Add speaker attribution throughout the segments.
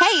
Speaker 1: Hey,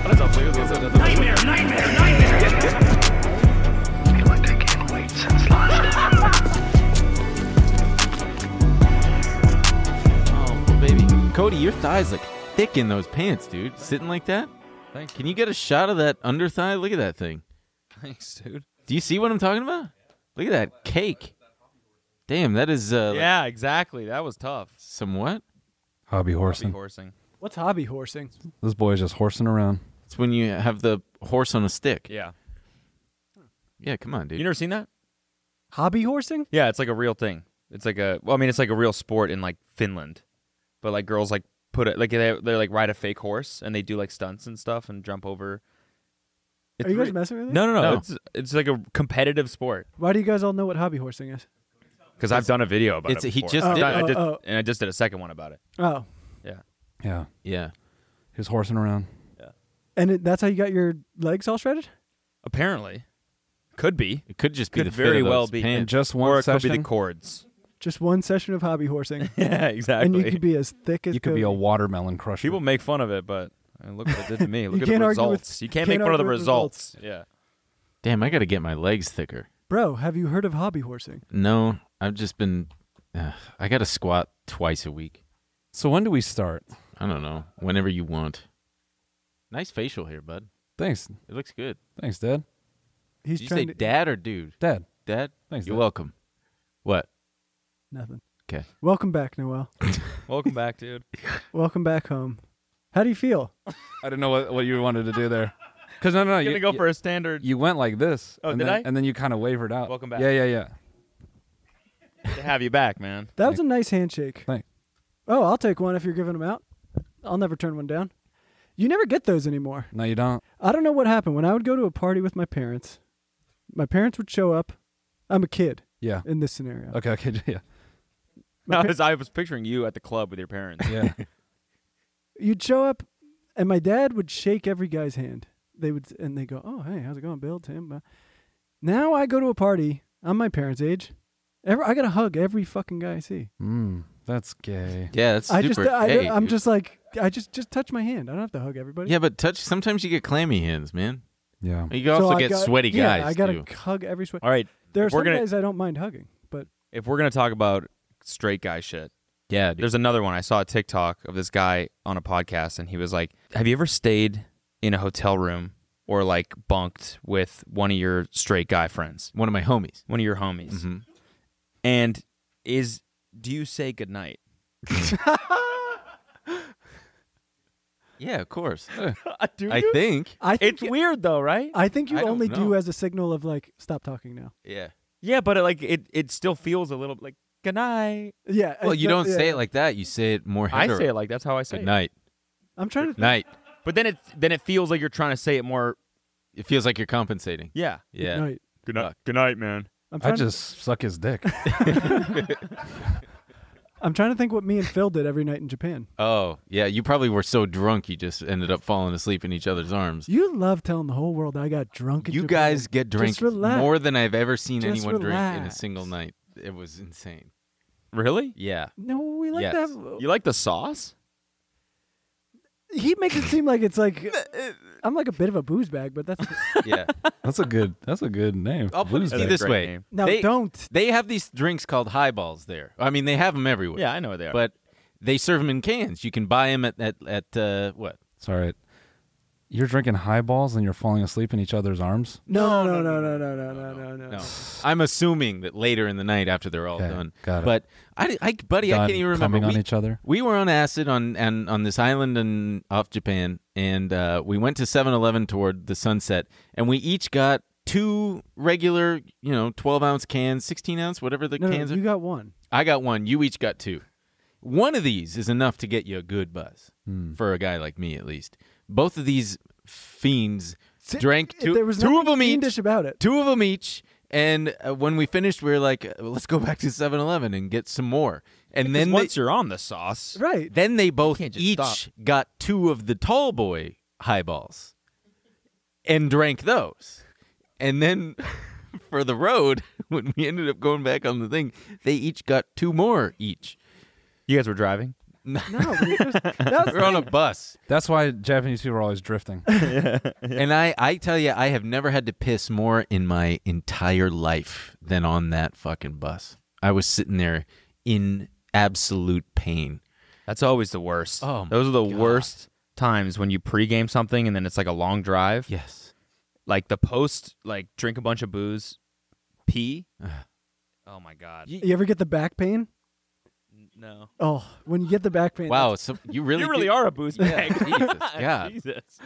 Speaker 2: Nightmare, nightmare, nightmare.
Speaker 3: like I can't wait since last time.
Speaker 4: Oh, baby. Cody, your thighs look thick in those pants, dude. Sitting like that?
Speaker 5: Thank
Speaker 4: Can you get a shot of that under thigh? Look at that thing.
Speaker 5: Thanks, dude.
Speaker 4: Do you see what I'm talking about? Look at that cake. Damn, that is uh, like
Speaker 5: Yeah, exactly. That was tough.
Speaker 4: some what?
Speaker 6: Hobby horsing.
Speaker 5: Horsing.
Speaker 7: What's hobby horsing?
Speaker 6: this boy is just horsing around.
Speaker 4: It's when you have the horse on a stick.
Speaker 5: Yeah.
Speaker 4: Yeah, come on, dude.
Speaker 5: You never seen that?
Speaker 7: Hobby horsing?
Speaker 5: Yeah, it's like a real thing. It's like a well, I mean, it's like a real sport in like Finland, but like girls like put it like they they like ride a fake horse and they do like stunts and stuff and jump over. It's
Speaker 7: Are you guys
Speaker 5: re-
Speaker 7: messing with me?
Speaker 5: No, no, no,
Speaker 4: No.
Speaker 5: It's it's like a competitive sport
Speaker 7: Why do you guys all know what hobby horsing is?
Speaker 5: because I've done a video about
Speaker 4: It's-
Speaker 5: it.
Speaker 4: he
Speaker 5: before.
Speaker 4: just
Speaker 5: I've
Speaker 4: did
Speaker 5: done- I
Speaker 7: it.
Speaker 5: did-
Speaker 7: Oh, oh.
Speaker 5: and I just did a second one about it.
Speaker 7: Oh,
Speaker 6: Yeah.
Speaker 4: yeah.
Speaker 6: He was horsing around.
Speaker 7: and it, that's how you got your legs all shredded?
Speaker 5: Apparently, could be
Speaker 4: It could just be
Speaker 5: Could
Speaker 4: the fit
Speaker 5: very
Speaker 4: of those
Speaker 5: well be.
Speaker 6: And
Speaker 4: pants.
Speaker 6: just
Speaker 5: or
Speaker 6: one
Speaker 5: it could be
Speaker 6: session,
Speaker 5: the cords.
Speaker 7: Just one session of hobby horsing,
Speaker 5: Yeah, exactly.
Speaker 7: and you could be as thick as
Speaker 6: you could be a
Speaker 7: Cody.
Speaker 6: watermelon crusher.
Speaker 5: People make fun of it, but I mean, look what it did to me. Look at
Speaker 7: can't
Speaker 5: the
Speaker 7: argue with-
Speaker 5: results. you can't,
Speaker 7: can't
Speaker 5: make fun of the
Speaker 7: argue with
Speaker 5: results. Yeah.
Speaker 4: Damn, I got to get my legs thicker.
Speaker 7: bro. Have you heard of hobby horsing?
Speaker 4: No, I've just been. Uh, I got to squat twice a week.
Speaker 6: so when do we start?
Speaker 4: I don't know. Whenever you want. Nice facial hair, bud.
Speaker 6: Thanks.
Speaker 4: It looks good.
Speaker 6: Thanks, Dad.
Speaker 7: He's
Speaker 4: Did you say
Speaker 7: trying to
Speaker 4: dad or dude?
Speaker 6: Dad.
Speaker 4: Dad?
Speaker 6: Thanks,
Speaker 4: You're
Speaker 6: Dad.
Speaker 4: welcome. What?
Speaker 7: nothing.
Speaker 4: Okay.
Speaker 7: Welcome back, Noel.
Speaker 5: Welcome back, dude.
Speaker 7: Welcome back home. How do you feel?
Speaker 6: I didn't know what, what you wanted to do there. Because no, no, no.
Speaker 5: I'm
Speaker 6: You,
Speaker 5: gonna go
Speaker 6: you,
Speaker 5: for a standard
Speaker 6: you went like this.
Speaker 5: Oh,
Speaker 6: and
Speaker 5: did
Speaker 6: then,
Speaker 5: I?
Speaker 6: And then you kind of wavered out.
Speaker 5: Welcome back.
Speaker 6: Yeah, yeah, yeah.
Speaker 5: to have you back, man.
Speaker 7: That was a nice handshake.
Speaker 6: Thanks.
Speaker 7: Oh, I'll take one if you're giving them out. I'll never turn one down. You never get those anymore.
Speaker 6: No, you don't.
Speaker 7: I don't know what happened when I would go to a party with my parents. My parents would show up. I'm a kid
Speaker 6: Yeah.
Speaker 7: in this scenario.
Speaker 6: Okay, okay, yeah.
Speaker 5: No, I
Speaker 7: Okay.
Speaker 5: was, I was picturing you at the club with your parents.
Speaker 6: Yeah.
Speaker 7: You'd show up, and my dad would shake every guy's hand. They would, and they go, "Oh, hey, how's it going, Bill, Tim?" Uh, Now I go to a party. I'm my parents' age. Every, I gotta hug every fucking guy I see.
Speaker 6: mm, that's gay.
Speaker 4: Yeah, that's
Speaker 7: I
Speaker 4: super.
Speaker 7: just, I,
Speaker 4: hey,
Speaker 7: I'm
Speaker 4: dude.
Speaker 7: just like, I just, just touch my hand. I don't have to hug everybody.
Speaker 4: Yeah, but touch. Sometimes you get clammy hands, man.
Speaker 6: Yeah.
Speaker 4: You can also
Speaker 7: I
Speaker 4: get
Speaker 7: got-
Speaker 4: sweaty
Speaker 7: yeah,
Speaker 4: guys.
Speaker 7: I gotta
Speaker 4: too.
Speaker 7: hug every sweat.
Speaker 5: All right.
Speaker 7: There are
Speaker 5: if we're
Speaker 7: some
Speaker 5: gonna
Speaker 7: guys I don't mind hugging, but
Speaker 5: if we're gonna talk about straight guy shit,
Speaker 4: Yeah, dude.
Speaker 5: there's another one. I saw a TikTok of this guy on a podcast, and he was like, "Have you ever stayed in a hotel room or like bunked with one of your straight guy friends,
Speaker 4: one of my homies.
Speaker 5: one of your homies?"
Speaker 4: Mhm.
Speaker 5: And is do you say goodnight?
Speaker 4: Yeah, of course.
Speaker 7: do
Speaker 4: I think.
Speaker 7: I think
Speaker 5: It's weird though, right?
Speaker 7: I think you
Speaker 4: I don't
Speaker 7: only do
Speaker 4: know.
Speaker 7: as a signal of like stop talking now.
Speaker 4: Yeah.
Speaker 5: Yeah, but it, like it, it still feels a little like goodnight.
Speaker 7: Yeah.
Speaker 4: Well,
Speaker 7: it's
Speaker 4: you
Speaker 7: not-
Speaker 4: don't
Speaker 7: yeah.
Speaker 4: say it like that. You say it more.
Speaker 5: I
Speaker 4: hetero.
Speaker 5: say it like that's how I say
Speaker 4: Good
Speaker 5: it.
Speaker 4: night.
Speaker 7: I'm trying to. Think.
Speaker 4: Night.
Speaker 5: But then it then it feels like you're trying to say it more.
Speaker 4: It feels like you're compensating.
Speaker 5: Yeah.
Speaker 4: Yeah.
Speaker 7: No,
Speaker 5: Good
Speaker 4: night-
Speaker 5: Good night, man.
Speaker 7: I'm
Speaker 6: I
Speaker 7: trying.
Speaker 6: just suck his dick.
Speaker 7: to, I'm trying to think what me and Phil did every night in Japan.
Speaker 4: Oh, yeah. You probably were so drunk you just ended up falling asleep in each other's arms.
Speaker 7: You love telling the whole world I got drunk. In
Speaker 4: You
Speaker 7: Japan.
Speaker 4: guys get drink
Speaker 7: Just relax.
Speaker 4: more than I've ever seen
Speaker 7: Just
Speaker 4: anyone drink in a
Speaker 7: relax.
Speaker 4: single night. It was insane.
Speaker 5: Really?
Speaker 4: Yeah.
Speaker 7: No, we like
Speaker 4: Yes.
Speaker 7: that.
Speaker 5: You like the sauce?
Speaker 7: uh, He makes it seem like it's like I'm like a bit of a booze bag, but that's
Speaker 4: Yeah.
Speaker 6: That's a good. That's a good name.
Speaker 4: I'll put it
Speaker 6: Blues
Speaker 4: to
Speaker 5: That's
Speaker 4: you
Speaker 5: a
Speaker 4: this
Speaker 5: great
Speaker 4: way.
Speaker 5: name.
Speaker 7: now
Speaker 4: They-
Speaker 7: don't.
Speaker 4: They have these drinks called highballs there. I mean, they have them everywhere.
Speaker 5: Yeah, I know what they are.
Speaker 4: But they serve them in cans. You can buy them at at, at uh, what?
Speaker 6: It's all right. You're drinking highballs and you're falling asleep in each other's arms.
Speaker 7: No, no, no, no, no, no, no, no, no.
Speaker 4: No, I'm assuming that later in the night after they're all
Speaker 6: Okay,
Speaker 4: done.
Speaker 6: got it.
Speaker 4: But I, I buddy, I
Speaker 6: Done
Speaker 4: can't even remember.
Speaker 6: Coming
Speaker 4: we,
Speaker 6: on each other.
Speaker 4: we were on acid on and on this island in off Japan, and uh, we went to 7-Eleven toward the sunset, and we each got two regular, you know, twelve ounce cans, sixteen ounce, whatever the
Speaker 7: No, no,
Speaker 4: cans are.
Speaker 7: you got one.
Speaker 4: I got one. You each got two. One of these is enough to get you a good buzz
Speaker 7: Hmm.
Speaker 4: for a guy like me, at least. Both of these fiends drank two.
Speaker 7: There was
Speaker 4: two
Speaker 7: nothing
Speaker 4: of them each.
Speaker 7: fiendish about it.
Speaker 4: Two of them each. And uh, when we finished, we were like, uh, let's go back to 7-Eleven and get some more. And then
Speaker 5: Then
Speaker 4: they-
Speaker 5: once you're on the sauce,
Speaker 7: Right.
Speaker 4: then they both
Speaker 5: can't just
Speaker 4: each
Speaker 5: stop.
Speaker 4: got two of the tall boy highballs and drank those. And then for the road, when we ended up going back on the thing, they each got two more each.
Speaker 5: you guys were driving.
Speaker 7: No, we just- that was
Speaker 4: We're on a bus.
Speaker 6: That's why Japanese people are always drifting.
Speaker 4: And I, I tell you, I have never had to piss more in my entire life than on that fucking bus. I was sitting there in absolute pain.
Speaker 5: That's always the worst.
Speaker 4: Oh, my
Speaker 5: those are the
Speaker 4: God.
Speaker 5: worst times when you pregame something and then it's like a long drive.
Speaker 4: Yes.
Speaker 5: Like the post, like drink a bunch of booze, pee. oh my god.
Speaker 7: You ever get the back pain?
Speaker 5: no.
Speaker 7: Oh, when you get the back pain.
Speaker 4: Wow. So you really,
Speaker 5: you really
Speaker 4: do-
Speaker 5: are a booze bag.
Speaker 4: Jesus, God.
Speaker 5: Jesus.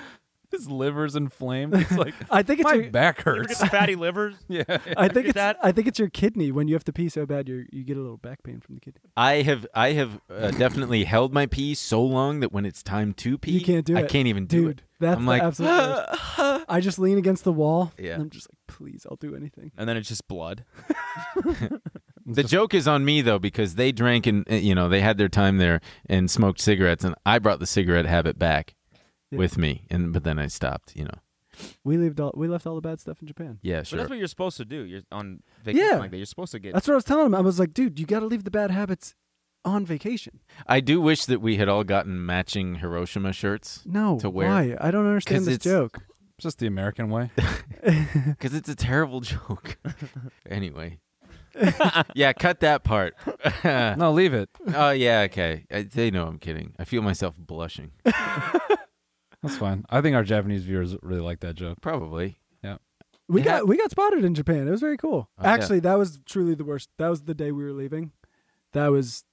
Speaker 6: His liver's inflamed. It's like
Speaker 7: I think it's
Speaker 6: my
Speaker 7: your,
Speaker 6: back
Speaker 5: Look at
Speaker 6: hurts.
Speaker 5: the fatty livers.
Speaker 6: yeah.
Speaker 7: I think
Speaker 5: get
Speaker 7: it's
Speaker 5: that?
Speaker 7: I think it's your kidney when you have to pee so bad you you get a little back pain from the kidney.
Speaker 4: I have I have uh, definitely held my pee so long that when it's time to pee,
Speaker 7: You can't do
Speaker 4: I
Speaker 7: it.
Speaker 4: can't even do
Speaker 7: Dude,
Speaker 4: it.
Speaker 7: that's
Speaker 4: I'm
Speaker 7: the
Speaker 4: like,
Speaker 7: absolute worst. I just lean against the wall.
Speaker 4: Yeah.
Speaker 7: And I'm just like, please, I'll do anything.
Speaker 5: And then it's just blood.
Speaker 4: the joke is on me though because they drank and uh, you know they had their time there and smoked cigarettes, and I brought the cigarette habit back
Speaker 7: Yeah.
Speaker 4: with me, and but then I stopped. You know,
Speaker 7: We left all we left all the bad stuff in Japan.
Speaker 4: yeah,
Speaker 5: But
Speaker 4: sure.
Speaker 5: that's what you're supposed to do. You're on vacation
Speaker 7: Yeah.
Speaker 5: like that. You're supposed to get
Speaker 7: That's what I was telling him. I was like, dude, you got to leave the bad habits on vacation.
Speaker 4: I do wish that we had all gotten matching Hiroshima shirts
Speaker 7: No,
Speaker 4: To wear.
Speaker 7: why? I don't
Speaker 4: 'Cause
Speaker 7: understand this
Speaker 4: it's-
Speaker 7: joke.
Speaker 6: It's just the American way.
Speaker 4: because it's a terrible joke. anyway, yeah, cut that part. oh
Speaker 6: No, leave it.
Speaker 4: yeah, okay. I, they know I'm kidding. I feel myself blushing.
Speaker 6: That's fine. I think our Japanese viewers really like that joke.
Speaker 4: Probably.
Speaker 7: We
Speaker 4: It
Speaker 7: got
Speaker 4: hap-
Speaker 7: we got spotted in Japan. It was very cool.
Speaker 4: Oh, yeah.
Speaker 7: Actually, that was truly the worst. That was the day we were leaving. That was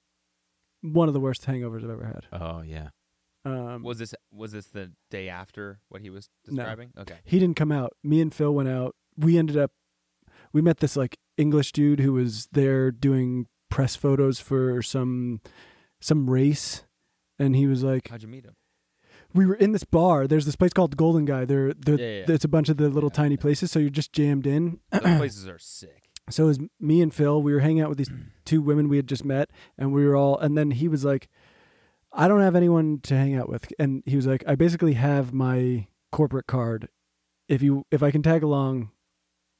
Speaker 7: one of the worst hangovers I've ever had.
Speaker 4: Oh yeah.
Speaker 7: Um,
Speaker 5: Was this was this the day after what he was
Speaker 7: No.
Speaker 5: describing? Okay.
Speaker 7: he didn't come out. Me and Phil went out. We ended up we met this like English dude who was there doing press photos for some some race and he was like
Speaker 5: How'd you meet him?
Speaker 7: we were in this bar there's this place called the golden guy there there
Speaker 5: Yeah, yeah, yeah.
Speaker 7: it's a bunch of the little
Speaker 5: Yeah,
Speaker 7: tiny places so you're just jammed in
Speaker 5: Those places are sick.
Speaker 7: so it was me and Phil. We were hanging out with these two women we had just met, and we were all. And then he was like, "I don't have anyone to hang out with," and he was like, "I basically have my corporate card. If you, if I can tag along,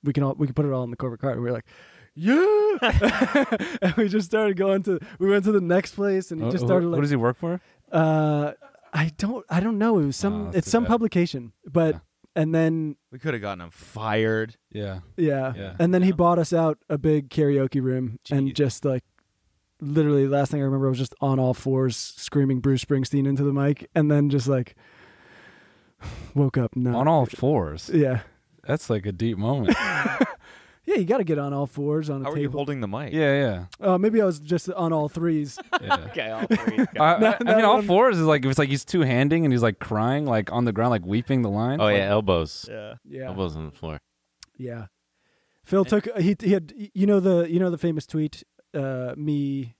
Speaker 7: we can all we can put it all in the corporate card." And we were like, "Yeah!" and we just started going to. We went to the next place, and he just
Speaker 6: Oh, Wh- wh-
Speaker 7: started
Speaker 6: what
Speaker 7: like,
Speaker 6: does he work for?
Speaker 7: uh, "I don't, I don't know. It was
Speaker 6: Oh,
Speaker 7: some,
Speaker 6: that's
Speaker 7: it's
Speaker 6: too
Speaker 7: some
Speaker 6: bad.
Speaker 7: publication, but."
Speaker 6: Yeah.
Speaker 7: And then
Speaker 5: We could have gotten him fired.
Speaker 6: Yeah.
Speaker 7: yeah.
Speaker 6: Yeah.
Speaker 7: And then he bought us out a big karaoke room
Speaker 4: Jeez.
Speaker 7: and just like literally last thing I remember I was just on all fours screaming Bruce Springsteen into the mic and then just like woke up not
Speaker 6: On all fours.
Speaker 7: Yeah.
Speaker 6: That's like a deep moment.
Speaker 7: Yeah, you got to get on all fours on a
Speaker 5: How are you
Speaker 7: table.
Speaker 5: holding the mic?
Speaker 6: Yeah,
Speaker 7: Uh, maybe I was just on all threes.
Speaker 6: yeah. yeah.
Speaker 5: Okay, all three.
Speaker 6: I, I- I
Speaker 7: that
Speaker 6: mean, all
Speaker 7: one-
Speaker 6: fours is like if it's like he's two handing and he's like crying, like on the ground, like weeping the line.
Speaker 4: Oh
Speaker 6: Like,
Speaker 4: yeah, elbows.
Speaker 5: yeah.
Speaker 7: yeah.
Speaker 4: Elbows on the floor.
Speaker 7: Yeah. Phil took he he had you know the you know the famous tweet uh me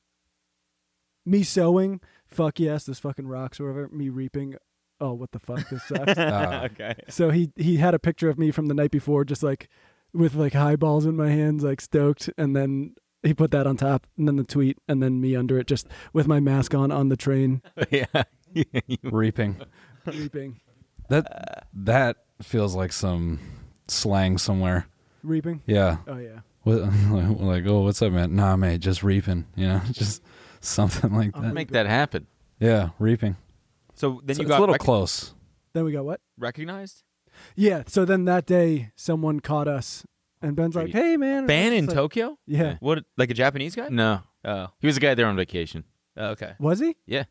Speaker 7: me sewing fuck yes this fucking rocks or whatever me reaping oh what the fuck this sucks
Speaker 6: uh,
Speaker 5: Okay.
Speaker 7: So he he had a picture of me from the night before, just like with like highballs in my hands, like stoked, and then he put that on top, and then the tweet, and then me under it, just with my mask on on the train,
Speaker 4: yeah.
Speaker 6: reaping.
Speaker 7: reaping,
Speaker 6: That that feels like some slang somewhere.
Speaker 7: reaping.
Speaker 6: Yeah.
Speaker 7: Oh yeah,
Speaker 6: What, like, oh, what's up, man? Nah, mate, just reaping. You know, just something like that.
Speaker 4: Make that happen.
Speaker 6: yeah, reaping.
Speaker 5: So then
Speaker 6: It's,
Speaker 5: you
Speaker 6: it's
Speaker 5: got
Speaker 6: a little
Speaker 5: rec-
Speaker 6: close.
Speaker 7: then we got what?
Speaker 5: recognized?
Speaker 7: Yeah. So then that day, someone caught us, and Ben's like, "Hey man,
Speaker 5: Ban in
Speaker 7: It's like-
Speaker 5: Tokyo?
Speaker 7: Yeah.
Speaker 5: What like a Japanese guy?
Speaker 4: No.
Speaker 5: Oh.
Speaker 4: He was a guy there on vacation.
Speaker 5: Okay.
Speaker 7: Was he?
Speaker 4: Yeah.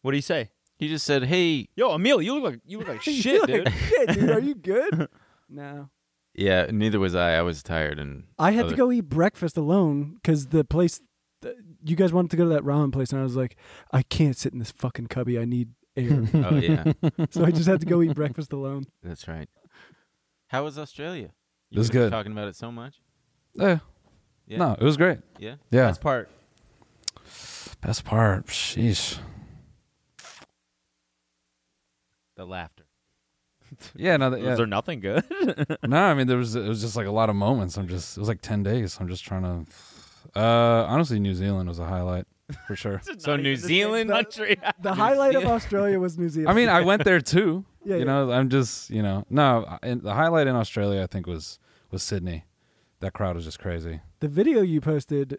Speaker 5: What do you say?
Speaker 4: He just said, "Hey,
Speaker 5: Yo, Emil, you look like you look like shit, dude.
Speaker 7: Hey dude, are you good? no.
Speaker 4: yeah." Neither was I. I was tired, and
Speaker 7: I had
Speaker 4: other-
Speaker 7: to go eat breakfast alone because the place, th- you guys wanted to go to that ramen place, and I was like, I can't sit in this fucking cubby. I need air.
Speaker 4: Oh yeah,
Speaker 7: so I just had to go eat breakfast alone.
Speaker 4: that's right. How was Australia?
Speaker 6: It
Speaker 4: guys
Speaker 6: was
Speaker 4: were
Speaker 6: good.
Speaker 4: Talking about it so much.
Speaker 6: Yeah.
Speaker 4: Yeah.
Speaker 6: No, it was great.
Speaker 4: Yeah.
Speaker 6: Yeah.
Speaker 5: Best part.
Speaker 6: Best part, sheesh.
Speaker 4: The laughter.
Speaker 6: Yeah, no, that-
Speaker 5: Was
Speaker 6: yeah.
Speaker 5: there nothing good?
Speaker 6: no. I mean, there was it was just like a lot of moments. I'm just it was like ten days. I'm just trying to. Uh, honestly, New Zealand was a highlight for sure.
Speaker 4: So New Zealand country.
Speaker 7: The highlight of Australia was New Zealand.
Speaker 6: I mean, I went there too.
Speaker 7: Yeah,
Speaker 6: you
Speaker 7: yeah.
Speaker 6: know, I'm just you know, no. I- And the highlight in Australia, I think, was was Sydney. That crowd was just crazy.
Speaker 7: the video you posted,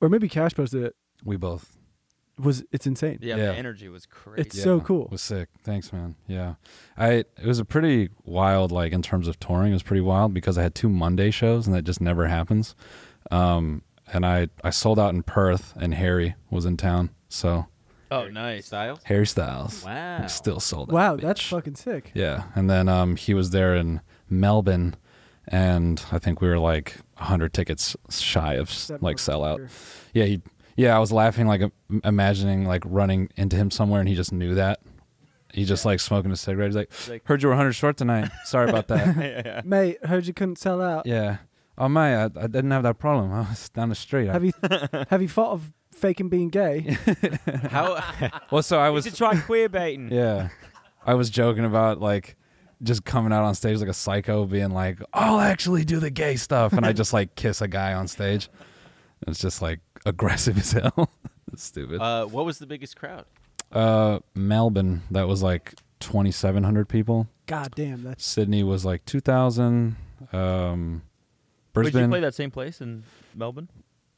Speaker 7: or maybe Cash posted it,
Speaker 6: We both.
Speaker 7: was it's insane.
Speaker 5: yeah,
Speaker 6: Yeah.
Speaker 5: the energy was crazy.
Speaker 7: It's so cool.
Speaker 6: Was sick. Thanks, man. Yeah, I it was a pretty wild like in terms of touring. It was pretty wild because I had two Monday shows and that just never happens. Um, and I I sold out in Perth and Harry was in town, so
Speaker 5: oh, nice.
Speaker 4: Styles.
Speaker 6: Harry Styles
Speaker 4: Wow.
Speaker 6: still sold out.
Speaker 7: Wow, that's
Speaker 6: bitch.
Speaker 7: fucking sick.
Speaker 6: Yeah, and then um, he was there in Melbourne, and I think we were like hundred tickets shy of
Speaker 7: That
Speaker 6: like sellout.
Speaker 7: motherfucker.
Speaker 6: Yeah, he. Yeah, I was laughing like im- imagining like running into him somewhere, and he just knew that. He just like smoking a cigarette. He's like,
Speaker 5: like-
Speaker 6: "Heard you were hundred short tonight. Sorry about that."
Speaker 7: Mate, heard you couldn't sell out.
Speaker 6: yeah. Oh mate, I, I didn't have that problem. I was down the street. I,
Speaker 7: Have you have you thought of faking being gay?
Speaker 4: How?
Speaker 6: well, so I was.
Speaker 5: try queer baiting.
Speaker 6: Yeah. I was joking about like just coming out on stage like a psycho being like, I'll actually do the gay stuff and I just like kiss a guy on stage. It's just like aggressive as hell. It's Stupid. Uh,
Speaker 4: uh, what was the biggest crowd?
Speaker 6: Melbourne, that was like twenty seven hundred people.
Speaker 7: God damn, that's
Speaker 6: Sydney was like two thousand. Um
Speaker 5: Wait, did you
Speaker 6: Brisbane.
Speaker 5: play that same place in Melbourne?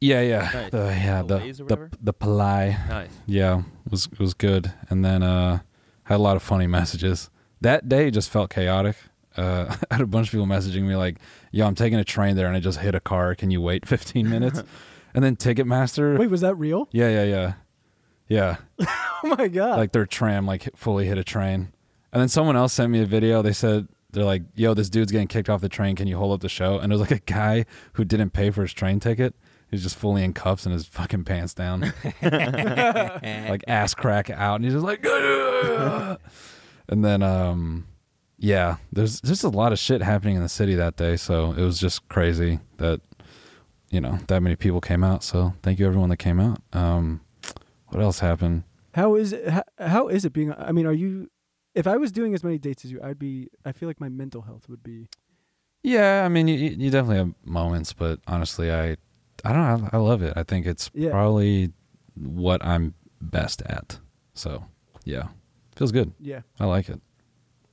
Speaker 6: Yeah, yeah.
Speaker 5: Nice.
Speaker 6: The, yeah, the
Speaker 5: Malays or
Speaker 6: the,
Speaker 5: whatever?
Speaker 6: the Palai.
Speaker 5: Nice.
Speaker 6: Yeah, it was it was good, and then uh, had a lot of funny messages. That day just felt chaotic. Uh, I had a bunch of people messaging me like, "Yo, I'm taking a train there, and I just hit a car. Can you wait 15 minutes?" and then Ticketmaster,
Speaker 7: Wait, was that real?
Speaker 6: yeah, yeah, yeah, yeah,
Speaker 7: Oh my god.
Speaker 6: like their tram like hit- fully hit a train. And then someone else sent me a video. They said they're like, "Yo, this dude's getting kicked off the train. Can you hold up the show?" And it was like a guy who didn't pay for his train ticket. He's just fully in cuffs and his fucking pants down, like ass crack out, and he's just like, "Ugh." and then um, yeah, there's just a lot of shit happening in the city that day. So it was just crazy that you know that many people came out. So thank you everyone that came out. Um, what else happened?
Speaker 7: how is it how, how is it being I mean, are you if I was doing as many dates as you, I'd be I feel like my mental health would be
Speaker 6: Yeah, I mean, you, you definitely have moments, but honestly, I, I don't know, I, I love it. I think it's
Speaker 7: Yeah.
Speaker 6: probably what I'm best at. So, yeah, feels good.
Speaker 7: yeah.
Speaker 6: I like it.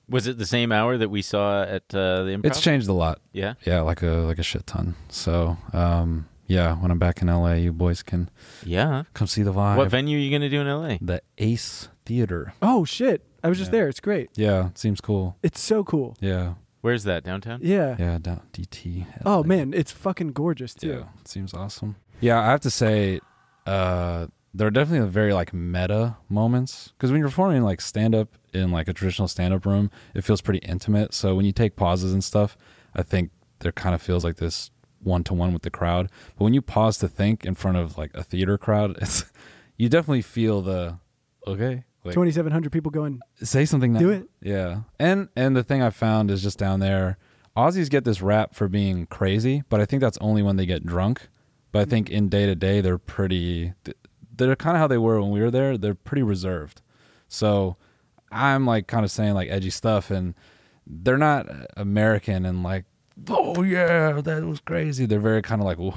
Speaker 4: Was it the same hour that we saw at uh, the improv?
Speaker 6: It's changed a lot.
Speaker 4: Yeah.
Speaker 6: Yeah, like a like a shit ton. So, um, yeah, when I'm back in LA, you boys can
Speaker 4: Yeah.
Speaker 6: come see the vibe.
Speaker 4: What venue are you going to do in LA?
Speaker 6: The Ace Theater.
Speaker 7: Oh shit. I was just
Speaker 6: Yeah.
Speaker 7: there. It's great.
Speaker 6: Yeah, it seems cool.
Speaker 7: It's so cool.
Speaker 6: Yeah,
Speaker 4: Where's that? Downtown?
Speaker 7: Yeah.
Speaker 6: yeah, down DT.
Speaker 7: Oh
Speaker 6: LA.
Speaker 7: man, it's fucking gorgeous too.
Speaker 6: Yeah, it seems awesome. Yeah, I have to say, uh, there are definitely very like meta moments because when you're performing like stand up in like a traditional stand up room, it feels pretty intimate. So when you take pauses and stuff, I think there kind of feels like this one to one with the crowd. But when you pause to think in front of like a theater crowd, it's you definitely feel the okay. Like,
Speaker 7: 2700 people going
Speaker 6: say something now.
Speaker 7: Do it.
Speaker 6: Yeah. And and the thing I found is just down there, Aussies get this rap for being crazy, but I think that's only when they get drunk. But I think in day to day, they're pretty. th- They're kind of how they were when we were there. They're pretty reserved. So I'm like kind of saying like edgy stuff, and they're not American and like, oh yeah, that was crazy. They're very kind of like, whoa,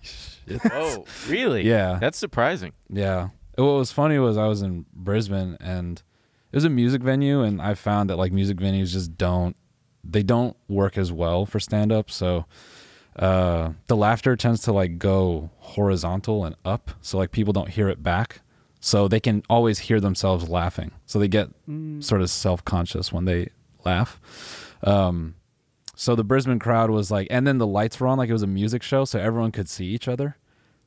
Speaker 6: shit.
Speaker 4: Oh, really?
Speaker 6: Yeah.
Speaker 4: That's surprising.
Speaker 6: Yeah. What was funny was I was in Brisbane and it was a music venue and I found that like music venues just don't they don't work as well for stand up. So uh the laughter tends to like go horizontal and up so like people don't hear it back. So they can always hear themselves laughing. So they get sort of self-conscious when they laugh. Um so the Brisbane crowd was like, and then the lights were on like it was a music show, so everyone could see each other.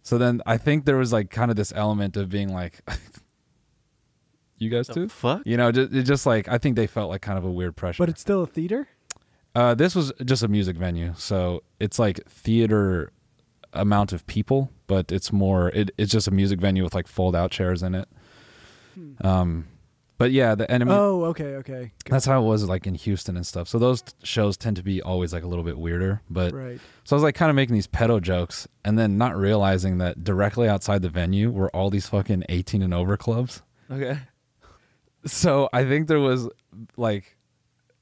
Speaker 6: So then I think there was like kind of this element of being like, you guys too?
Speaker 4: Fuck.
Speaker 6: You know, just, it just like, I think they felt like kind of a weird pressure.
Speaker 7: but it's still a theater?
Speaker 6: uh, this was just a music venue. So it's like theater amount of people, but it's more, it, it's just a music venue with like fold out chairs in it. Um, But yeah, the enemy.
Speaker 7: Hmm. oh, okay, okay. Got
Speaker 6: That's how it was like in Houston and stuff. So those t- shows tend to be always like a little bit weirder. But
Speaker 7: it. right.
Speaker 6: so I was like kind of making these pedo jokes and then not realizing that directly outside the venue were all these fucking 18 and over clubs.
Speaker 5: Okay.
Speaker 6: So I think there was like,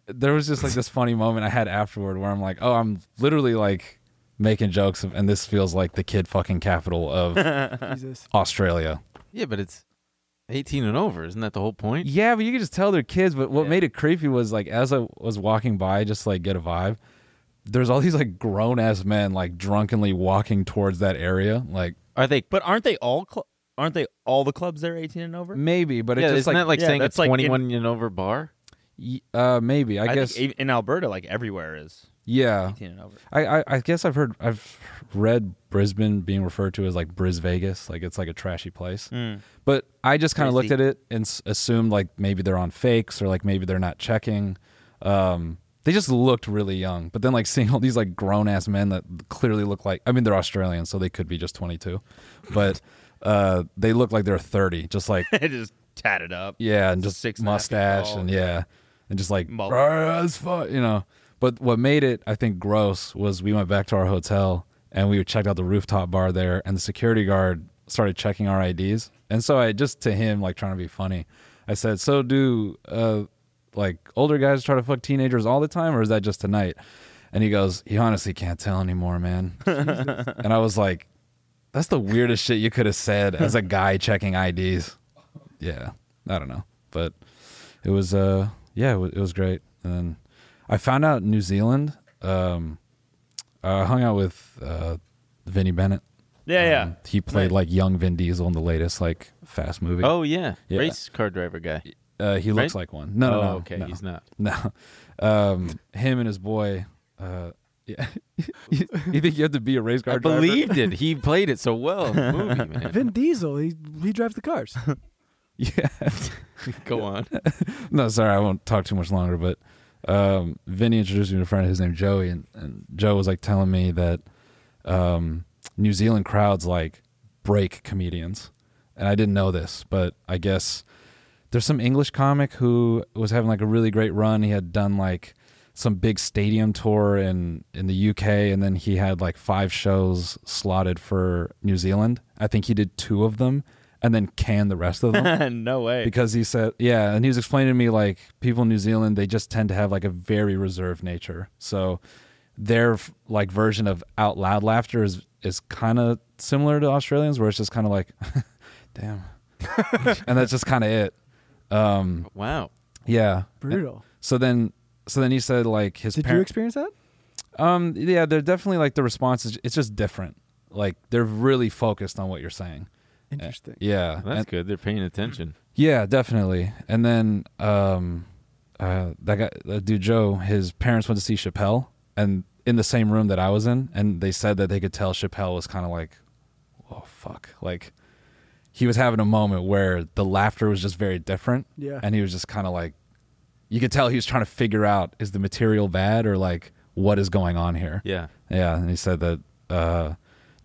Speaker 6: there was just like this funny moment I had afterward where I'm like, oh, I'm literally like making jokes of, and this feels like the kid fucking capital of
Speaker 7: Jesus.
Speaker 6: Australia.
Speaker 4: Yeah, but it's 18 and over. Isn't that the whole point?
Speaker 6: Yeah, but you could just tell they're kids. But what made it creepy was like as I was walking by, just to, like get a vibe. There's all these like grown ass men like drunkenly walking towards that area. Like
Speaker 4: Are they?
Speaker 5: But aren't they all cl- aren't they all the clubs that are 18 and over?
Speaker 6: maybe, but it's
Speaker 4: yeah,
Speaker 6: just
Speaker 4: isn't
Speaker 6: like,
Speaker 4: that like
Speaker 5: yeah,
Speaker 4: saying a
Speaker 5: that's like in-
Speaker 4: 21 and over bar?
Speaker 6: y- uh maybe. I, guess
Speaker 5: think ev- in Alberta like everywhere is
Speaker 6: yeah.
Speaker 5: 18 and over.
Speaker 6: I, I I guess I've heard I've read Brisbane being referred to as like Bris Vegas, like it's like a trashy place. But I just kind of looked at
Speaker 5: Crazy.
Speaker 6: it and s- assumed like maybe they're on fakes or like maybe they're not checking. Um, they just looked really young, but then like seeing all these like grown ass men that clearly look like I mean they're Australian, so they could be just 22, but uh, they look like they're 30, just like
Speaker 5: it is tatted up.
Speaker 6: yeah, and just
Speaker 5: Six and a half
Speaker 6: mustache
Speaker 5: feet tall.
Speaker 6: and yeah, and just like
Speaker 5: Mullet.
Speaker 6: "Rah, that's fu-" you know. But what made it, I think, gross was we went back to our hotel and we checked out the rooftop bar there, and the security guard started checking our IDs. And so I just to him, like trying to be funny, I said, "So do uh, like older guys try to fuck teenagers all the time, or is that just tonight?" And he goes, "You honestly can't tell anymore, man." and I was like, "That's the weirdest shit you could have said as a guy checking IDs." yeah, I don't know, but it was uh yeah, it was, it was great. And then I found out New Zealand. Um, I hung out with uh, Vinny Bennett.
Speaker 5: Yeah, yeah.
Speaker 6: Um, he played like young Vin Diesel in the latest like fast movie.
Speaker 4: Oh, yeah.
Speaker 6: Yeah.
Speaker 4: Race car driver guy.
Speaker 6: uh, he looks
Speaker 4: right?
Speaker 6: like one. No, no,
Speaker 4: oh,
Speaker 6: no,
Speaker 4: okay.
Speaker 6: no.
Speaker 4: He's not.
Speaker 6: No, um, him and his boy. Uh, yeah, you, you think you have to be a race car
Speaker 4: I
Speaker 6: driver?
Speaker 4: believed it. He played it so well in the movie, man.
Speaker 7: Vin Diesel, he, he drives the cars.
Speaker 6: Yeah.
Speaker 4: Go on.
Speaker 6: no, sorry, I won't talk too much longer. But um, Vinny introduced me to a friend, his name Joey, and, and Joe was like telling me that um, New Zealand crowds like break comedians, and I didn't know this, but I guess there's some English comic who was having like a really great run. He had done like some big stadium tour in in the UK and then he had like five shows slotted for New Zealand. I think he did two of them and then canned the rest of them
Speaker 5: no way.
Speaker 6: because he said yeah and he was explaining to me like people in new zealand they just tend to have like a very reserved nature so their f- like version of out loud laughter is is kind of similar to australians where it's just kind of like damn and that's just kind of it
Speaker 4: Wow.
Speaker 6: yeah
Speaker 7: Brutal.
Speaker 6: so then so then he said like his
Speaker 7: Did you
Speaker 6: parents
Speaker 7: experience that?
Speaker 6: um yeah they're definitely like the response is it's just different like they're really focused on what you're saying
Speaker 7: Interesting.
Speaker 6: yeah
Speaker 4: That's
Speaker 6: And-
Speaker 4: good. They're paying attention.
Speaker 6: Yeah, definitely. And then um, uh, that guy, that dude Joe, his parents went to see Chappelle, and in the same room that I was in, and they said that they could tell Chappelle was kind of like, oh fuck, like he was having a moment where the laughter was just very different.
Speaker 7: Yeah.
Speaker 6: and he was just kind of like, you could tell he was trying to figure out is the material bad or like what is going on here.
Speaker 4: Yeah.
Speaker 6: Yeah, and he said that uh,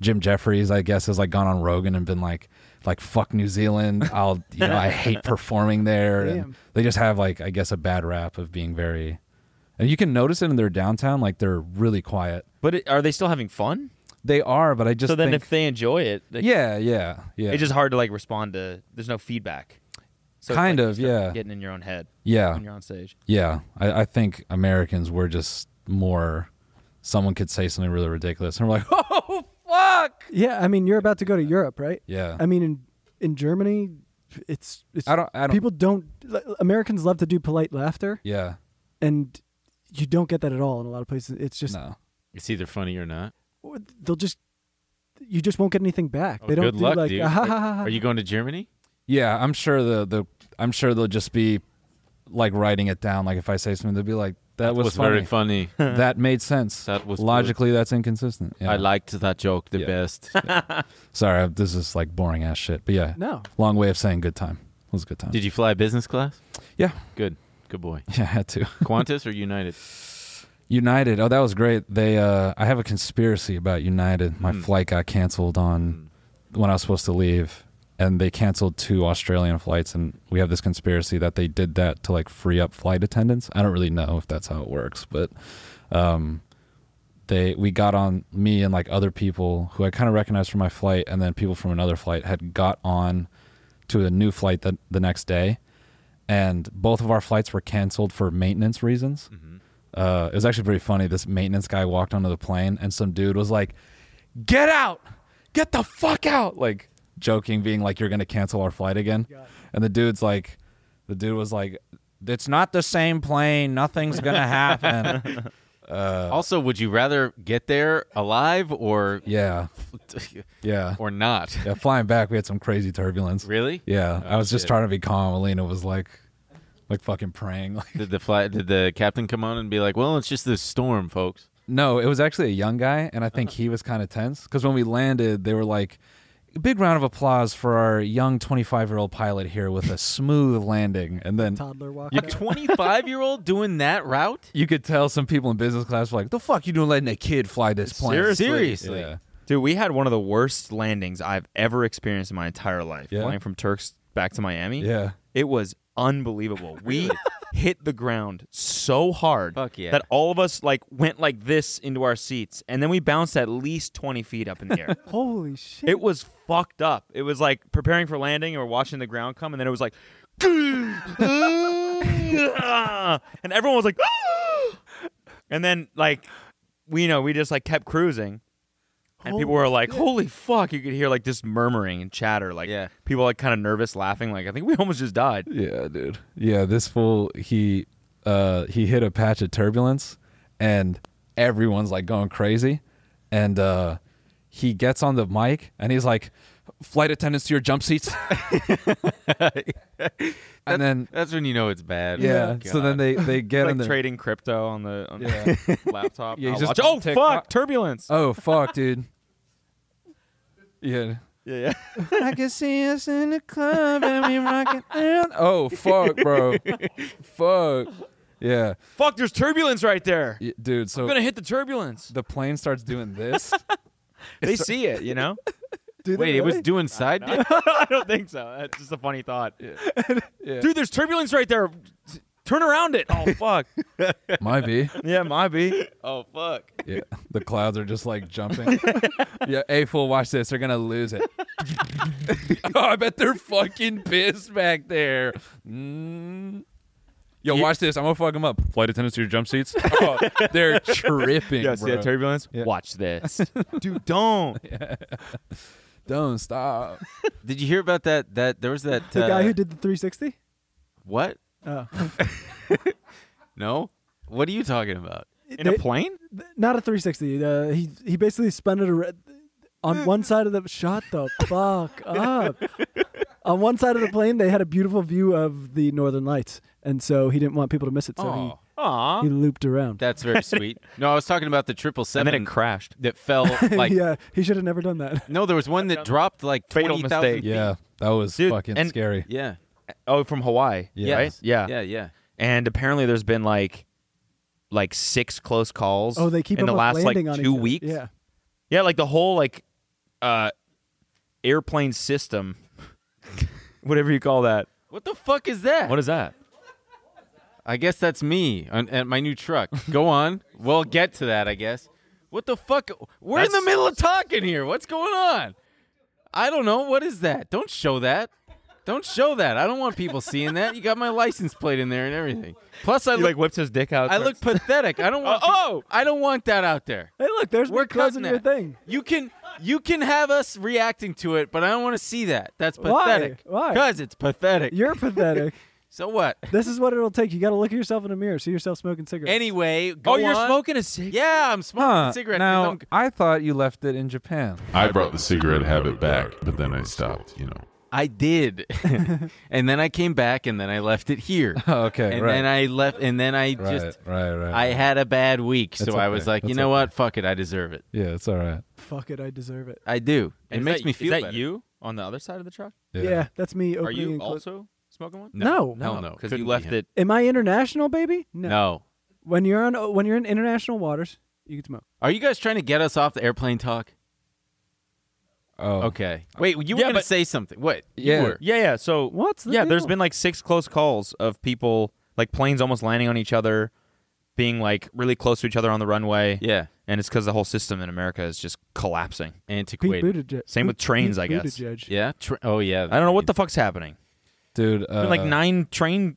Speaker 6: Jim Jeffries, I guess, has like gone on Rogan and been like, like fuck New Zealand. I'll, you know, I hate performing there. And
Speaker 7: Damn.
Speaker 6: they just have like, I guess, a bad rap of being very, and you can notice it in their downtown. Like they're really quiet.
Speaker 5: but it, are they still having fun?
Speaker 6: They are, but I just
Speaker 5: so then
Speaker 6: think,
Speaker 5: if they enjoy it, they,
Speaker 6: yeah, yeah, yeah,
Speaker 5: it's just hard to like respond to there's no feedback. So it's
Speaker 6: Kind
Speaker 5: like you
Speaker 6: of,
Speaker 5: start
Speaker 6: yeah.
Speaker 5: Getting in your own head
Speaker 6: yeah,
Speaker 5: when you're on stage.
Speaker 6: yeah. I, I think Americans were just more. Someone could say something really ridiculous, and we're like, oh fuck.
Speaker 7: Yeah, I mean, you're about to go to Europe, right?
Speaker 6: Yeah.
Speaker 7: I mean, in in Germany, it's it's
Speaker 6: I don't- I don't-
Speaker 7: people don't like, Americans love to do polite laughter,
Speaker 6: Yeah.
Speaker 7: and you don't get that at all in a lot of places. It's just
Speaker 6: No.
Speaker 4: It's either funny or not.
Speaker 7: or they'll just you just won't get anything back.
Speaker 4: Oh,
Speaker 7: they don't
Speaker 4: good
Speaker 7: do
Speaker 4: luck,
Speaker 7: like
Speaker 4: dude.
Speaker 7: "Ah, ha,
Speaker 4: Are-
Speaker 7: ha, ha, ha."
Speaker 4: Are you going to Germany?
Speaker 6: Yeah, I'm sure the the I'm sure they'll just be like writing it down. Like if I say something, they'll be like, "That, was, funny.
Speaker 4: very funny.
Speaker 6: that made sense.
Speaker 4: That was
Speaker 6: logically that's inconsistent." Yeah.
Speaker 4: I liked that joke the
Speaker 6: Yeah.
Speaker 4: best.
Speaker 6: Sorry, I- this is like boring ass shit. But yeah,
Speaker 7: No.
Speaker 6: long way of saying good time. It was a good time.
Speaker 4: Did you fly business class?
Speaker 6: Yeah,
Speaker 4: Good. Good boy.
Speaker 6: yeah, I had to.
Speaker 4: Qantas or United?
Speaker 6: United. Oh, that was great. They. uh I have a conspiracy about United. My flight got canceled on when I was supposed to leave. and they canceled two Australian flights. And we have this conspiracy that they did that to like free up flight attendants. I don't really know if that's how it works, but um, they we got on me and like other people who I kind of recognized from my flight, and then people from another flight had got on to a new flight the, the next day, and both of our flights were canceled for maintenance reasons. Uh, it was actually pretty funny. This maintenance guy walked onto the plane, and some dude was like, "Get out! Get the fuck out!" Like joking, being like, "You're gonna cancel our flight again," and the dude's like, the dude was like. It's not the same plane. Nothing's gonna happen.
Speaker 4: also, would you rather get there alive or
Speaker 6: yeah, yeah.
Speaker 4: or not?
Speaker 6: Yeah, flying back, we had some crazy turbulence.
Speaker 4: Really?
Speaker 6: Yeah, I was just trying to be calm. Alina was like, like fucking praying. Like,
Speaker 4: Did the fly, did the captain come on and be like, "Well, it's just this storm, folks."
Speaker 6: no, it was actually a young guy, and I think
Speaker 4: Uh-huh.
Speaker 6: he was kind of tense because when we landed, they were like, "Big round of applause for our young 25 year old pilot here with a smooth landing." And then
Speaker 7: toddler walk.
Speaker 4: A 25 year old doing that route?
Speaker 6: you could tell some people in business class were like, "The fuck you doing letting a kid fly this plane?"
Speaker 4: Seriously? Seriously.
Speaker 6: Yeah.
Speaker 5: Dude, we had one of the worst landings I've ever experienced in my entire life.
Speaker 6: Yeah?
Speaker 5: Flying from Turks back to Miami.
Speaker 6: Yeah.
Speaker 5: It was unbelievable. We hit the ground so hard
Speaker 4: Fuck yeah.
Speaker 5: that all of us like went like this into our seats and then we bounced at least 20 feet up in the air.
Speaker 7: Holy shit!
Speaker 5: it was fucked up. It was like preparing for landing or watching the ground come and then it was like and everyone was like and then like we you know we just like kept cruising and people were like holy fuck you could hear like just murmuring and chatter like
Speaker 4: Yeah.
Speaker 5: people like kind of nervous laughing like i think we almost just died
Speaker 6: Yeah, dude. Yeah, this fool he uh he hit a patch of turbulence and everyone's like going crazy and uh he gets on the mic and he's like flight attendants to your jump seats. and then
Speaker 4: That's when you know it's bad.
Speaker 6: yeah, so then they they get
Speaker 5: Oh, like
Speaker 6: in there.
Speaker 5: trading crypto on the, on
Speaker 6: Yeah.
Speaker 5: the laptop
Speaker 6: Yeah, you
Speaker 5: I'll
Speaker 6: just
Speaker 5: watch- oh
Speaker 6: tick
Speaker 5: fuck
Speaker 6: tock.
Speaker 5: turbulence
Speaker 6: Oh fuck, dude. Yeah.
Speaker 5: yeah yeah
Speaker 6: I can see us in the club and we rocking out. Oh fuck, bro. fuck. Yeah.
Speaker 5: fuck there's turbulence right there
Speaker 6: Y- Dude, so
Speaker 5: i'm gonna hit the turbulence
Speaker 6: the plane starts doing this.
Speaker 5: they see it you know
Speaker 7: Dude,
Speaker 4: Wait, it was doing side dick?
Speaker 5: I don't think so. That's just a funny thought.
Speaker 6: Yeah.
Speaker 5: Dude, there's turbulence right there. Turn around it. Oh fuck.
Speaker 6: Might be.
Speaker 5: yeah, might be.
Speaker 4: Oh fuck.
Speaker 6: Yeah. The clouds are just like jumping. yeah, A fool, watch this. They're gonna lose it. oh, I bet they're fucking pissed back there. Mm. Yo, watch this. I'm gonna fuck them up. Flight attendants to your jump seats. Oh, they're tripping,
Speaker 5: Yeah, see
Speaker 6: bro.
Speaker 5: that turbulence? Watch this. Dude, don't.
Speaker 6: Don't stop.
Speaker 4: Did you hear about that? That there was that
Speaker 7: the
Speaker 4: uh,
Speaker 7: guy who did the 360.
Speaker 4: what?
Speaker 7: Oh.
Speaker 4: No. What are you talking about?
Speaker 5: In a plane?
Speaker 7: not a 360. Uh, he he basically spun it ar- on one side of the shut the fuck up. On one side of the plane, they had a beautiful view of the Northern Lights, and so he didn't want people to miss it, so
Speaker 4: Oh,
Speaker 5: Aw.
Speaker 7: he, he looped around.
Speaker 4: that's very sweet. No, I was talking about the triple
Speaker 5: And
Speaker 4: seven
Speaker 5: then it crashed.
Speaker 4: that fell like.
Speaker 7: yeah, he should have never done that.
Speaker 4: No, there was one that dropped like
Speaker 5: Fatal
Speaker 4: twenty thousand.
Speaker 5: mistake.
Speaker 6: Yeah, that was
Speaker 5: Dude,
Speaker 6: fucking
Speaker 5: and-
Speaker 6: scary.
Speaker 4: Yeah.
Speaker 5: Oh, from Hawaii.
Speaker 6: Yeah.
Speaker 5: Right? Yeah.
Speaker 4: Yeah. Yeah.
Speaker 5: And apparently there's been like like six close calls
Speaker 7: Oh, they keep
Speaker 5: in the
Speaker 7: almost
Speaker 5: last like
Speaker 7: landing on each
Speaker 5: two
Speaker 7: other.
Speaker 5: weeks.
Speaker 7: Yeah,
Speaker 5: Yeah, like the whole like uh airplane system. Whatever you call that.
Speaker 4: What the fuck is that?
Speaker 5: What is that?
Speaker 4: I guess that's me on, at my new truck. Go on. We'll get to that, I guess. What the fuck? We're in
Speaker 5: That's-
Speaker 4: the middle of talking here. What's going on? I don't know. What is that? Don't show that. Don't show that. I don't want people seeing that. You got my license plate in there and everything. Plus, I
Speaker 5: He
Speaker 4: look
Speaker 5: like whips his dick out.
Speaker 4: I look pathetic. I don't want. oh, I don't want that out there.
Speaker 7: hey, look, there's
Speaker 4: We're
Speaker 7: me closing
Speaker 4: cutting
Speaker 7: your
Speaker 4: that.
Speaker 7: thing.
Speaker 4: You can you can have us reacting to it, but I don't want to see that. That's
Speaker 7: Why?
Speaker 4: pathetic.
Speaker 7: Why?
Speaker 4: Because it's pathetic.
Speaker 7: You're pathetic.
Speaker 4: so what?
Speaker 7: this is what it'll take. You got to look at yourself in a mirror, see yourself smoking cigarettes.
Speaker 4: Anyway, go
Speaker 5: Oh, you're
Speaker 4: on.
Speaker 5: smoking a cigarette.
Speaker 4: Yeah, I'm smoking
Speaker 6: Huh,
Speaker 4: a cigarette. 'cause
Speaker 6: now
Speaker 4: I'm-
Speaker 6: I thought you left it in Japan.
Speaker 8: I brought the cigarette habit back, but then I stopped, you know.
Speaker 4: I did. and then I came back and then I left it here.
Speaker 6: Oh, okay,
Speaker 4: and
Speaker 6: right.
Speaker 4: then I left and then I
Speaker 6: right,
Speaker 4: just
Speaker 6: right, right.
Speaker 4: I had a bad week, so
Speaker 6: That's
Speaker 4: I was
Speaker 6: okay.
Speaker 4: like, you
Speaker 6: That's
Speaker 4: know
Speaker 6: okay.
Speaker 4: what? Fuck it, I deserve it.
Speaker 6: yeah, it's all right.
Speaker 7: Fuck it, I deserve it.
Speaker 4: I do. It
Speaker 5: Is
Speaker 4: makes
Speaker 5: that-
Speaker 4: me feel
Speaker 5: Is that
Speaker 4: better.
Speaker 5: you on the other side of the truck?
Speaker 6: Yeah.
Speaker 7: Yeah, that's me. Opening
Speaker 5: Are you
Speaker 7: and clo-
Speaker 5: also smoking one?
Speaker 4: No.
Speaker 7: No.
Speaker 4: Hell no.
Speaker 5: because
Speaker 4: Couldn't
Speaker 5: you
Speaker 4: be
Speaker 5: left
Speaker 4: him.
Speaker 5: it.
Speaker 7: Am I international, baby?
Speaker 4: No.
Speaker 7: When you're on when you're in international waters, you can smoke.
Speaker 4: Are you guys trying to get us off the airplane talk?
Speaker 6: Oh,
Speaker 4: Okay. Wait, you were
Speaker 5: Yeah,
Speaker 4: going to
Speaker 5: but-
Speaker 4: say something. What? You
Speaker 6: Yeah.
Speaker 4: were.
Speaker 5: Yeah, yeah. So
Speaker 7: What's the
Speaker 5: yeah? There's
Speaker 7: deal?
Speaker 5: been like six close calls of people like planes almost landing on each other, being like really close to each other on the runway.
Speaker 4: Yeah.
Speaker 5: and it's because the whole system in America is just collapsing.
Speaker 7: Pete
Speaker 4: Antiquated.
Speaker 7: Buttigieg.
Speaker 5: Same with
Speaker 7: Pete
Speaker 5: trains, I guess.
Speaker 7: Buttigieg.
Speaker 4: Yeah. Tr- oh, yeah.
Speaker 5: I don't know what the fuck's happening.
Speaker 6: dude. Uh,
Speaker 5: Been, like nine train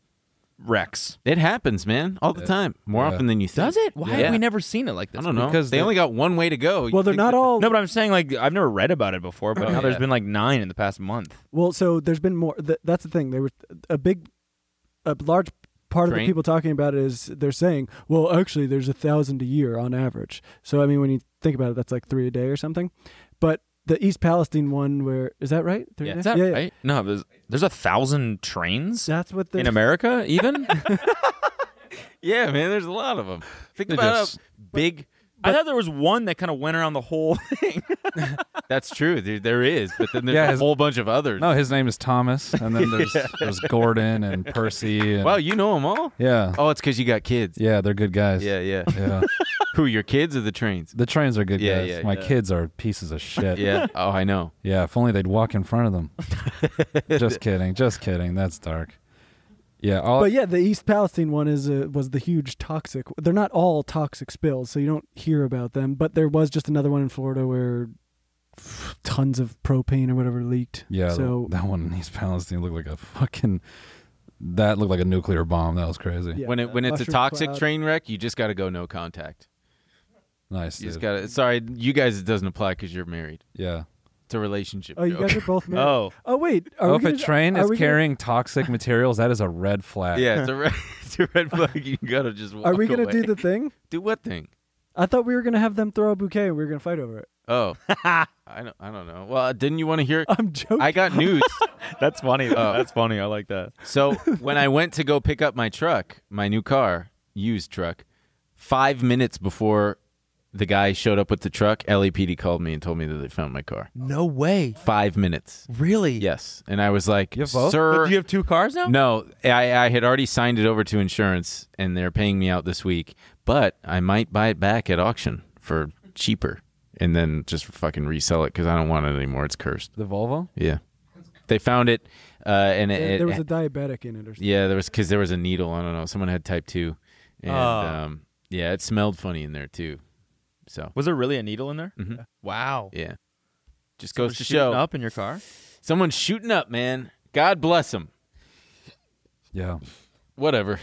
Speaker 5: wrecks.
Speaker 4: It happens, man, all the time, more
Speaker 6: Yeah.
Speaker 4: often than you think.
Speaker 5: Does it? Why
Speaker 4: Yeah.
Speaker 5: have we never seen it like this?
Speaker 4: I don't know.
Speaker 6: Because
Speaker 4: Because they
Speaker 6: they-
Speaker 4: only got one way to go. You
Speaker 7: Well, they're
Speaker 4: think
Speaker 7: not
Speaker 4: that-
Speaker 7: all.
Speaker 5: No, but I'm saying like I've never read about it before, but now there's
Speaker 4: yeah.
Speaker 5: been like nine in the past month.
Speaker 7: Well, so there's been more. Th- that's the thing. There was a big, a large part of
Speaker 4: Train.
Speaker 7: the people talking about it is they're saying, well, actually, there's a thousand a year on average. So I mean, when you think about it, that's like three a day or something. But the East Palestine one, where is that right? Three a
Speaker 4: Yeah.
Speaker 7: day?
Speaker 4: Is
Speaker 7: yeah, yeah.
Speaker 5: right? No, there's, there's a thousand trains
Speaker 7: That's what the
Speaker 5: in America, even.
Speaker 4: Yeah, man, there's a lot of them. Think
Speaker 6: They're
Speaker 4: about how
Speaker 6: just-
Speaker 4: big.
Speaker 5: I thought there was one that kind of went around the whole thing.
Speaker 4: That's true. There, there is, but then there's
Speaker 6: Yeah,
Speaker 4: a
Speaker 6: his-
Speaker 4: whole bunch of others.
Speaker 6: No, his name is Thomas, and then there's there's Gordon and Percy. And,
Speaker 4: Wow, you know them all?
Speaker 6: yeah,
Speaker 4: Oh, it's because you got kids.
Speaker 6: yeah, they're good guys.
Speaker 4: Yeah, yeah.
Speaker 6: yeah.
Speaker 4: Who, your kids or the trains?
Speaker 6: The trains are good
Speaker 4: Yeah,
Speaker 6: guys.
Speaker 4: yeah,
Speaker 6: My
Speaker 4: yeah.
Speaker 6: kids are pieces of shit.
Speaker 4: Yeah. Oh, I know.
Speaker 6: Yeah, if only they'd walk in front of them. just kidding, just kidding. That's dark. Yeah, all,
Speaker 7: But yeah, the East Palestine one is uh was the huge toxic. They're not all toxic spills, so you don't hear about them. But there was just another one in Florida where f- tons of propane or whatever leaked.
Speaker 6: yeah.
Speaker 7: So
Speaker 6: that one in East Palestine looked like a fucking. That looked like a nuclear bomb. That was crazy.
Speaker 7: Yeah.
Speaker 4: when it when it's a
Speaker 7: mushroom
Speaker 4: toxic
Speaker 7: cloud.
Speaker 4: train wreck, you just got to go no contact.
Speaker 6: Nice.
Speaker 4: You just
Speaker 6: dude.
Speaker 4: got to. Sorry, you guys it doesn't apply because you're married.
Speaker 6: yeah.
Speaker 4: It's a relationship.
Speaker 7: oh, you
Speaker 4: joke.
Speaker 7: guys are both married.
Speaker 5: Oh,
Speaker 7: Oh wait, are
Speaker 6: Oh,
Speaker 7: we
Speaker 6: if
Speaker 7: gonna,
Speaker 6: a train
Speaker 7: are
Speaker 6: is
Speaker 7: we gonna-
Speaker 6: carrying toxic materials, that is a red flag.
Speaker 4: yeah, it's a red, it's a red flag. You gotta just. Walk
Speaker 7: are we gonna
Speaker 4: away.
Speaker 7: do the thing?
Speaker 4: Do what thing?
Speaker 7: I thought we were gonna have them throw a bouquet and we were gonna fight over it.
Speaker 4: Oh, I don't. I don't know. Well, didn't you want to hear?
Speaker 7: I'm joking.
Speaker 4: I got news.
Speaker 5: that's funny. though. That's funny. I like that.
Speaker 4: so when I went to go pick up my truck, my new car, used truck, five minutes before the guy showed up with the truck, LAPD called me and told me that they found my car.
Speaker 5: No way.
Speaker 4: Five minutes.
Speaker 5: Really?
Speaker 4: Yes, and I was like,
Speaker 6: You have both?
Speaker 4: "Sir,
Speaker 5: do you have two cars now?
Speaker 4: No, I, I had already signed it over to insurance, and they're paying me out this week. But I might buy it back at auction for cheaper, and then just fucking resell it because I don't want it anymore. It's cursed.
Speaker 6: The Volvo?
Speaker 4: Yeah, they found it, uh, and it,
Speaker 7: There-
Speaker 4: it-
Speaker 7: there was a diabetic in it or something.
Speaker 4: yeah, there was because there was a needle. I don't know. Someone had type two, and um, yeah, it smelled funny in there too. So
Speaker 5: Was there really a needle in there?
Speaker 4: Mhm.
Speaker 5: Wow.
Speaker 4: yeah, just
Speaker 5: Someone
Speaker 4: goes to
Speaker 5: shooting
Speaker 4: show
Speaker 5: up in your car.
Speaker 4: someone's shooting up, man. God bless them.
Speaker 6: Yeah.
Speaker 4: whatever.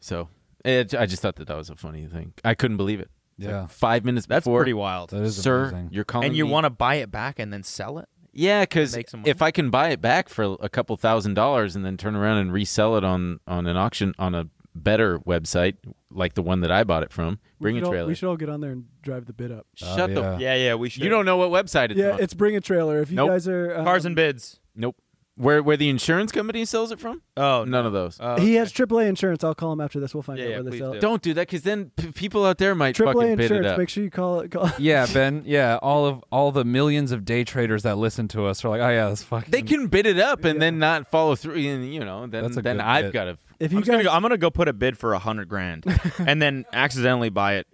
Speaker 4: So it, I just thought that that was a funny thing. I couldn't believe it. It's like
Speaker 6: Yeah.
Speaker 4: five minutes
Speaker 5: That's
Speaker 4: before.
Speaker 5: pretty wild.
Speaker 6: That is
Speaker 4: Sir,
Speaker 6: amazing.
Speaker 4: you're calling
Speaker 5: and you
Speaker 4: me-
Speaker 5: want to buy it back and then sell it?
Speaker 4: yeah, because
Speaker 5: make some money?
Speaker 4: if I can buy it back for a couple thousand dollars and then turn around and resell it on on an auction on a better website like the one that I bought it from,
Speaker 7: We
Speaker 4: bring
Speaker 7: should
Speaker 4: a
Speaker 7: all-
Speaker 4: trailer.
Speaker 7: we should all get on there and drive the bid up.
Speaker 4: Shut the.
Speaker 6: yeah.
Speaker 5: Yeah, yeah. We should.
Speaker 4: You don't know what website it's
Speaker 7: yeah,
Speaker 4: on.
Speaker 7: it's bring a trailer. If you
Speaker 4: Nope.
Speaker 7: guys are um,
Speaker 5: cars and bids.
Speaker 4: nope. Where where the insurance company sells it from?
Speaker 5: Oh
Speaker 4: None of those.
Speaker 5: Oh,
Speaker 7: he has AAA insurance. I'll call him after this. We'll find
Speaker 5: Yeah,
Speaker 7: out
Speaker 5: yeah,
Speaker 7: where they
Speaker 5: please
Speaker 7: sell
Speaker 5: do.
Speaker 7: it.
Speaker 4: Don't do that because then p- people out there might
Speaker 7: AAA
Speaker 4: fucking bid it
Speaker 7: insurance.
Speaker 4: up.
Speaker 7: Make sure you call. call
Speaker 6: Yeah, Ben. Yeah, all of all the millions of day traders that listen to us are like, oh yeah, that's fucking.
Speaker 4: They can bid it up and then not follow through, and you know, then
Speaker 6: That's a
Speaker 4: then
Speaker 6: good
Speaker 4: I've
Speaker 6: bit.
Speaker 4: got to
Speaker 7: If you
Speaker 5: I'm, just gonna
Speaker 7: guys,
Speaker 5: go, I'm gonna go put a bid for a hundred grand, and then accidentally buy it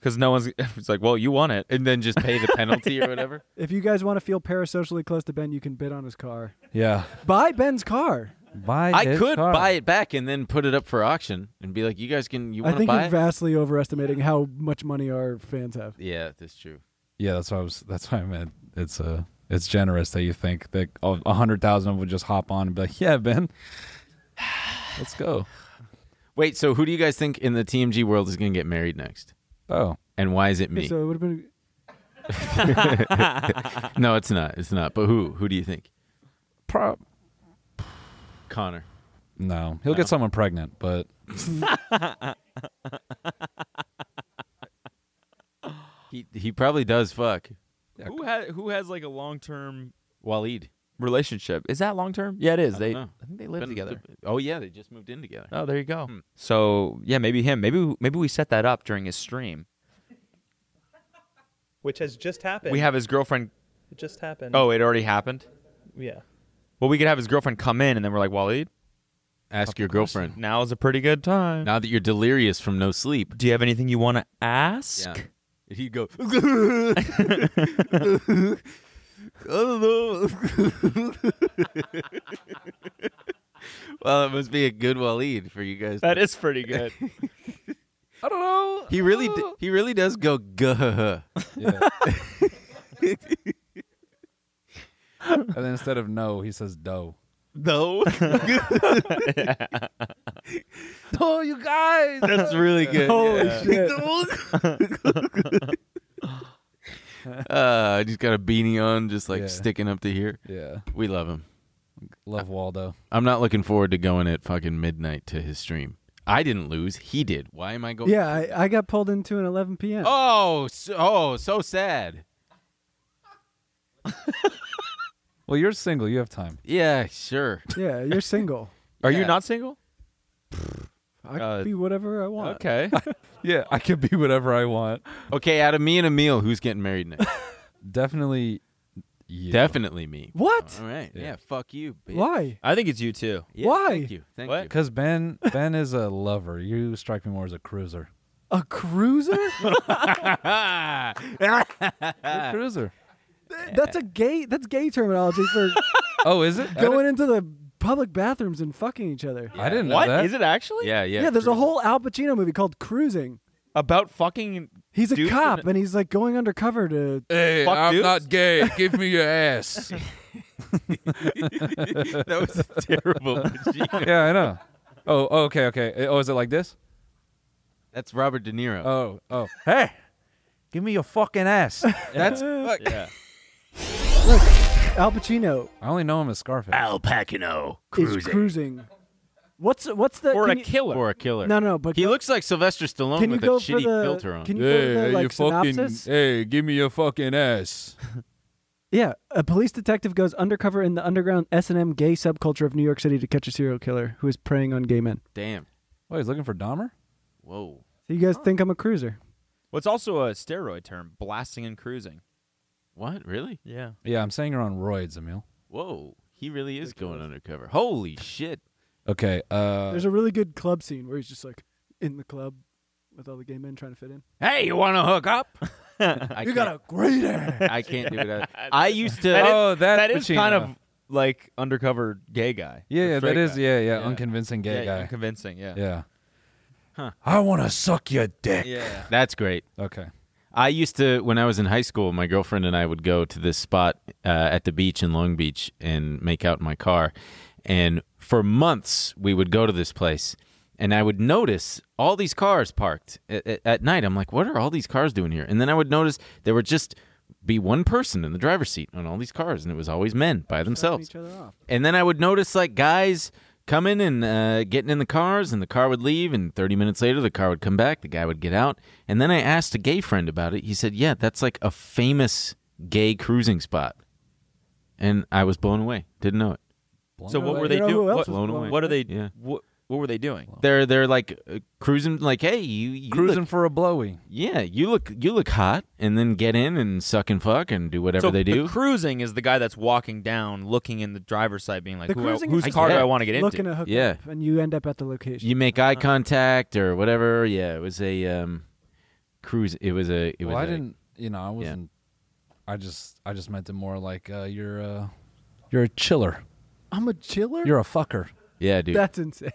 Speaker 5: because no one's. It's like, well, you want it.
Speaker 4: and then just pay the penalty or whatever.
Speaker 7: if you guys want to feel parasocially close to Ben, you can bid on his car.
Speaker 6: Yeah.
Speaker 7: Buy Ben's car.
Speaker 6: Buy.
Speaker 4: I
Speaker 6: his
Speaker 4: could
Speaker 6: car.
Speaker 4: buy it back and then put it up for auction and be like, "You guys can, you
Speaker 7: I
Speaker 4: want to
Speaker 7: think
Speaker 4: buy
Speaker 7: you're
Speaker 4: it?"
Speaker 7: vastly overestimating how much money our fans have.
Speaker 4: yeah, that's true.
Speaker 6: Yeah, that's what I was. That's why I meant. It's uh It's generous that you think that a a hundred thousand of them would just hop on and be like, yeah, Ben. Let's go.
Speaker 4: Wait, so who do you guys think in the TMG world is going to get married next?
Speaker 6: Oh.
Speaker 4: And why is it me?
Speaker 7: So it would have been.
Speaker 4: no, it's not. It's not. But who? Who do you think?
Speaker 6: Prop.
Speaker 4: Connor.
Speaker 6: No, he'll get someone pregnant, but
Speaker 4: He he probably does fuck
Speaker 5: Who has who has like a long term
Speaker 4: Waleed.
Speaker 5: relationship? Is that long term? Yeah, it is. They
Speaker 4: know.
Speaker 5: I think they live
Speaker 4: Been-
Speaker 5: together.
Speaker 4: Oh yeah, they just moved in together.
Speaker 5: Oh, there you go. So yeah, maybe him. Maybe maybe we set that up during his stream.
Speaker 9: which has just happened.
Speaker 5: We have his girlfriend.
Speaker 9: it just happened.
Speaker 5: Oh, it already happened.
Speaker 9: yeah.
Speaker 5: Well, we could have his girlfriend come in, and then we're like, Waleed,
Speaker 4: Ask your girlfriend.
Speaker 5: now is a pretty good time.
Speaker 4: Now that you're delirious from no sleep.
Speaker 5: Do you have anything you want to ask?
Speaker 4: Yeah. He'd go well, that must be a good Waleed for you guys.
Speaker 5: That is pretty good.
Speaker 6: I don't know.
Speaker 4: he really, d- he really does go guh.
Speaker 6: Yeah. and then instead of no, he says dough.
Speaker 4: No,
Speaker 6: Oh, you guys.
Speaker 4: that's really good.
Speaker 7: Holy
Speaker 4: yeah.
Speaker 7: shit.
Speaker 4: Uh, he's got a beanie on, just like
Speaker 6: Yeah.
Speaker 4: sticking up to here.
Speaker 6: Yeah.
Speaker 4: We love him.
Speaker 6: Love Waldo.
Speaker 4: I'm not looking forward to going at fucking midnight to his stream. I didn't lose. He did. Why am I going?
Speaker 7: Yeah, I, I got pulled into an 11 p.m.
Speaker 4: Oh, so, oh, so sad.
Speaker 6: Well, you're single. You have time.
Speaker 4: Yeah, sure.
Speaker 7: Yeah, you're single.
Speaker 5: Are
Speaker 4: Yeah.
Speaker 5: you not single?
Speaker 7: I can
Speaker 5: Uh,
Speaker 7: be whatever I want.
Speaker 5: Okay.
Speaker 6: Yeah, I can be whatever I want.
Speaker 4: Okay, out of me and Emil, who's getting married next?
Speaker 6: Definitely. You.
Speaker 4: Definitely me.
Speaker 7: What?
Speaker 4: All right. Yeah.
Speaker 6: Yeah.
Speaker 4: fuck you. bitch.
Speaker 7: Why?
Speaker 5: I think it's you too.
Speaker 4: Yeah,
Speaker 7: Why?
Speaker 4: Thank you. Thank
Speaker 5: What?
Speaker 4: you.
Speaker 6: Because Ben, Ben is a lover. You strike me more as a cruiser.
Speaker 7: A cruiser?
Speaker 6: You're a cruiser.
Speaker 7: that's a gay. That's gay terminology for
Speaker 6: Oh, is it? I didn't-
Speaker 7: going into the public bathrooms and fucking each other.
Speaker 6: I didn't know
Speaker 5: What is
Speaker 6: that.
Speaker 5: it actually?
Speaker 4: Yeah, yeah.
Speaker 7: Yeah, there's a
Speaker 4: cruise.
Speaker 7: whole Al Pacino movie called Cruising.
Speaker 5: About fucking.
Speaker 7: He's a
Speaker 5: Dudes
Speaker 7: cop
Speaker 5: in-
Speaker 7: and he's like going undercover to.
Speaker 6: Hey,
Speaker 5: Fuck
Speaker 6: I'm
Speaker 5: dudes?
Speaker 6: not gay. Give me your ass.
Speaker 4: that was terrible. Pacino.
Speaker 6: yeah, I know. Oh, oh, okay, okay. Oh, is it like this?
Speaker 4: That's Robert De Niro.
Speaker 6: Oh, oh. Hey, give me your fucking ass. I
Speaker 4: That's fuck.
Speaker 5: Yeah.
Speaker 7: Al Pacino
Speaker 6: only know him as Scarface.
Speaker 4: Al Pacino
Speaker 7: is cruising. What's what's the?
Speaker 5: Or
Speaker 7: can
Speaker 5: a
Speaker 7: you-
Speaker 5: killer.
Speaker 4: or a killer.
Speaker 7: No, no, but
Speaker 4: He looks like Sylvester Stallone
Speaker 7: can you
Speaker 4: with a
Speaker 7: go for
Speaker 4: shitty
Speaker 7: the?
Speaker 4: filter on.
Speaker 7: Can you go to the like synopsis?
Speaker 6: Hey, give me your fucking ass.
Speaker 7: Yeah, a police detective goes undercover in the underground S&M gay subculture of New York City to catch a serial killer who is preying on gay men.
Speaker 4: Damn.
Speaker 6: Oh, he's looking for Dahmer.
Speaker 4: Whoa.
Speaker 7: So you guys think I'm a cruiser?
Speaker 5: What's also a steroid term? Blasting and cruising.
Speaker 4: What? Really?
Speaker 5: Yeah.
Speaker 6: Yeah, I'm saying you're on roids, Emil.
Speaker 4: Whoa. He really is going undercover. Holy shit.
Speaker 6: Okay. Uh,
Speaker 7: There's a really good club scene where he's just like in the club with all the gay men trying to fit in.
Speaker 4: Hey, you want to hook up? I you got a great ass. I can't do it. I used to.
Speaker 6: oh, that's
Speaker 5: that is kind
Speaker 6: Pacino.
Speaker 5: of like undercover gay guy.
Speaker 6: yeah, yeah, that is yeah, yeah,
Speaker 5: Yeah.
Speaker 6: unconvincing gay guy.
Speaker 5: Convincing. Yeah.
Speaker 6: yeah. I want to suck your dick.
Speaker 5: Yeah.
Speaker 4: That's great.
Speaker 6: Okay.
Speaker 4: I used to, when I was in high school, my girlfriend and I would go to this spot uh, at the beach in Long Beach and make out in my car. And for months, we would go to this place, and I would notice all these cars parked at, at, at night. I'm like, what are all these cars doing here? And then I would notice there would just be one person in the driver's seat on all these cars, and it was always men by themselves.
Speaker 7: Each other off.
Speaker 4: And then I would notice like guys coming and uh, getting in the cars, and the car would leave, and 30 minutes later, the car would come back, the guy would get out. And then I asked a gay friend about it. He said, Yeah, that's like a famous gay cruising spot. And I was blown away. Didn't know it.
Speaker 5: So what
Speaker 7: away.
Speaker 5: were they
Speaker 7: You know who
Speaker 5: doing?
Speaker 7: else
Speaker 5: What,
Speaker 7: was
Speaker 4: blown away?
Speaker 5: what are they?
Speaker 4: Yeah.
Speaker 5: What, what were they doing?
Speaker 4: They're they're like uh, cruising, like hey, you, you
Speaker 6: Cruising
Speaker 4: Look,
Speaker 6: for a blowy.
Speaker 4: yeah, you look you look hot, and then get in and suck and fuck and do whatever
Speaker 5: so
Speaker 4: they
Speaker 5: the
Speaker 4: do.
Speaker 5: cruising is the guy that's walking down, looking in the driver's side, being like,
Speaker 7: The
Speaker 5: who I,
Speaker 7: cruising
Speaker 5: "Whose
Speaker 7: is
Speaker 5: car do
Speaker 4: just
Speaker 5: I want to get
Speaker 7: Looking
Speaker 5: into?"
Speaker 7: to hook
Speaker 4: Yeah.
Speaker 7: up, and you end up at the location.
Speaker 4: you make
Speaker 6: uh-huh.
Speaker 4: eye contact or whatever. Yeah, it was a um, cruise. It was a. It was
Speaker 6: Well, I
Speaker 4: a-
Speaker 6: didn't. You know, I wasn't. I just, I just meant it more like uh, you're, uh, you're a chiller.
Speaker 7: I'm a chiller.
Speaker 6: You're a fucker.
Speaker 4: Yeah, dude.
Speaker 7: That's insane.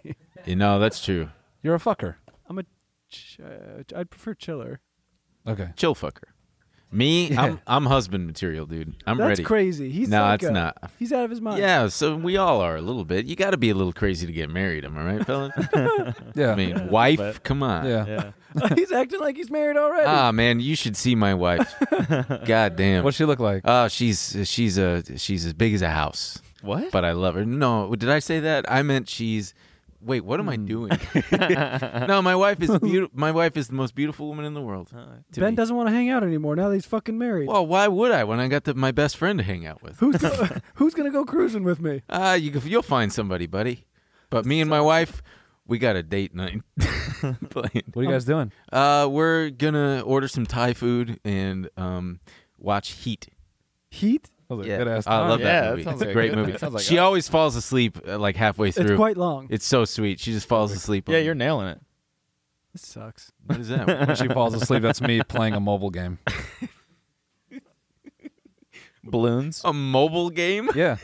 Speaker 4: You know that's true.
Speaker 6: You're a fucker.
Speaker 7: I'm a. Ch- uh, I'd prefer chiller.
Speaker 6: Okay.
Speaker 4: chill fucker. Me, I'm I'm husband material, dude. I'm
Speaker 7: That's
Speaker 4: ready.
Speaker 7: crazy. He's
Speaker 4: No,
Speaker 7: psycho.
Speaker 4: it's not.
Speaker 7: He's out of his mind.
Speaker 4: Yeah, so we all are a little bit. You got to be a little crazy to get married, am I right, fellas?
Speaker 6: Yeah.
Speaker 4: I mean, wife, come on.
Speaker 6: yeah.
Speaker 5: Yeah.
Speaker 7: he's acting like he's married already.
Speaker 4: Ah, man, you should see my wife. God damn.
Speaker 6: What's she look like?
Speaker 4: Oh, she's she's a she's as big as a house,
Speaker 5: What?
Speaker 4: but I love her. No, did I say that? I meant she's. Wait, what am I doing? no, my wife is beautiful. My wife is the most beautiful woman in the world. to
Speaker 7: ben
Speaker 4: me.
Speaker 7: doesn't want to hang out anymore now that he's fucking married.
Speaker 4: Well, why would I when I got the, my best friend to hang out with?
Speaker 7: Who's who's gonna go cruising with me?
Speaker 4: Ah, you you, you'll find somebody, buddy. But me and my wife, we got a date night planned.
Speaker 6: What are you guys doing?
Speaker 4: Uh, we're gonna order some Thai food and um, watch Heat.
Speaker 7: Heat?
Speaker 6: That was a
Speaker 4: Yeah,
Speaker 6: good-ass
Speaker 4: I love
Speaker 6: time.
Speaker 5: Oh, Yeah,
Speaker 4: that
Speaker 5: that
Speaker 4: movie.
Speaker 5: sounds
Speaker 4: it's a
Speaker 5: like a
Speaker 4: great
Speaker 5: good-
Speaker 4: movie.
Speaker 5: that sounds like
Speaker 4: she
Speaker 5: a-
Speaker 4: always falls asleep uh, like halfway through.
Speaker 7: It's quite long.
Speaker 4: It's so sweet. She just falls asleep.
Speaker 5: yeah,
Speaker 4: on-
Speaker 5: you're nailing it.
Speaker 7: this sucks.
Speaker 4: What is that?
Speaker 6: When she falls asleep, that's me playing a mobile game.
Speaker 5: balloons.
Speaker 4: A mobile game?
Speaker 6: Yeah,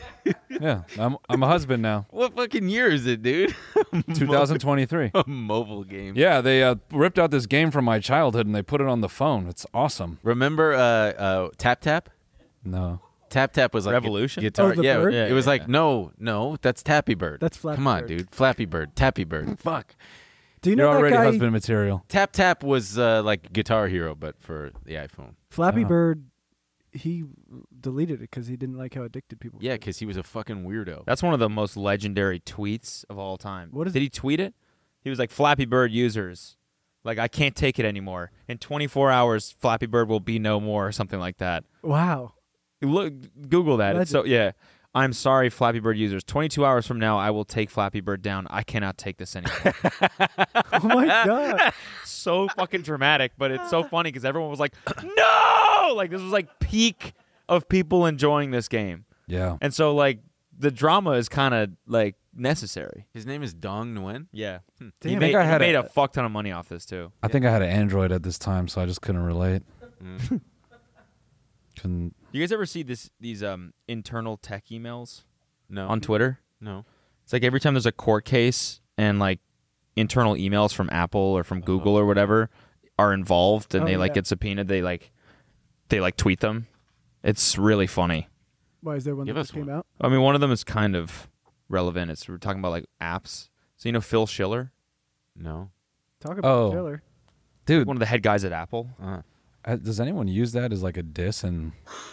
Speaker 6: yeah. I'm I'm a husband now.
Speaker 4: What fucking year is it, dude?
Speaker 6: 2023.
Speaker 4: a mobile game.
Speaker 6: Yeah, they uh, ripped out this game from my childhood and they put it on the phone. It's awesome.
Speaker 4: Remember uh, uh, Tap Tap?
Speaker 6: No,
Speaker 4: Tap Tap was like gu-
Speaker 5: Revolution?
Speaker 4: guitar.
Speaker 7: Oh, the
Speaker 4: yeah,
Speaker 7: bird?
Speaker 4: it
Speaker 5: Yeah,
Speaker 4: was
Speaker 5: yeah,
Speaker 4: like no, no, that's Tappy Bird.
Speaker 7: That's Flappy
Speaker 4: Come on,
Speaker 7: Bird.
Speaker 4: dude, Flappy Bird, Tappy Bird. Fuck.
Speaker 7: Do you
Speaker 6: you are
Speaker 7: know that
Speaker 6: already
Speaker 7: guy?
Speaker 6: husband material.
Speaker 4: Tap Tap was uh, like Guitar Hero, but for the iPhone.
Speaker 6: Oh.
Speaker 7: Flappy
Speaker 4: Uh-huh.
Speaker 7: Bird, he deleted it because he didn't like how addicted people.
Speaker 4: Yeah,
Speaker 7: were.
Speaker 4: because he was a fucking weirdo.
Speaker 5: That's one of the most legendary tweets of all time.
Speaker 7: What is
Speaker 5: Did
Speaker 7: it?
Speaker 5: he tweet it? He was like, "Flappy Bird users, like I can't take it anymore. In 24 hours, Flappy Bird will be no more, or something like that."
Speaker 7: Wow.
Speaker 5: Look, Google that. It's so
Speaker 7: Legend.
Speaker 5: yeah. I'm sorry, Flappy Bird users. 22 hours from now, I will take Flappy Bird down. I cannot take this anymore.
Speaker 7: Oh my god.
Speaker 5: so fucking dramatic, but it's so funny because everyone was like, "No!" Like this was like peak of people enjoying this game,
Speaker 6: Yeah,
Speaker 5: and so like the drama is kind of like necessary.
Speaker 4: His name is Dong Nguyen.
Speaker 5: Yeah.
Speaker 7: Damn,
Speaker 5: he
Speaker 7: I
Speaker 5: made,
Speaker 7: think
Speaker 6: I
Speaker 5: he
Speaker 6: had
Speaker 5: made
Speaker 6: a-
Speaker 5: a, uh, fuck ton of money off this too.
Speaker 6: I think I had an Android at this time, so I just couldn't relate.
Speaker 7: Mm.
Speaker 6: couldn't.
Speaker 5: You guys ever see this these um internal tech emails
Speaker 4: No,
Speaker 5: on Twitter?
Speaker 4: no.
Speaker 5: It's like every time there's a court case and like internal emails from Apple or from Google or whatever are involved and
Speaker 7: Oh,
Speaker 5: they like
Speaker 7: yeah.
Speaker 5: get subpoenaed, they like they like tweet them. It's really funny.
Speaker 7: Why is there one
Speaker 4: Give
Speaker 7: that
Speaker 4: us
Speaker 7: just came
Speaker 4: one.
Speaker 7: out?
Speaker 5: I mean, one of them is kind of relevant. It's we're talking about like apps. So you know Phil Schiller,
Speaker 4: No.
Speaker 7: Talk about
Speaker 6: Oh.
Speaker 7: the killer.
Speaker 6: Dude,
Speaker 5: one of the head guys at Apple.
Speaker 6: uh, does anyone use that as like a diss in,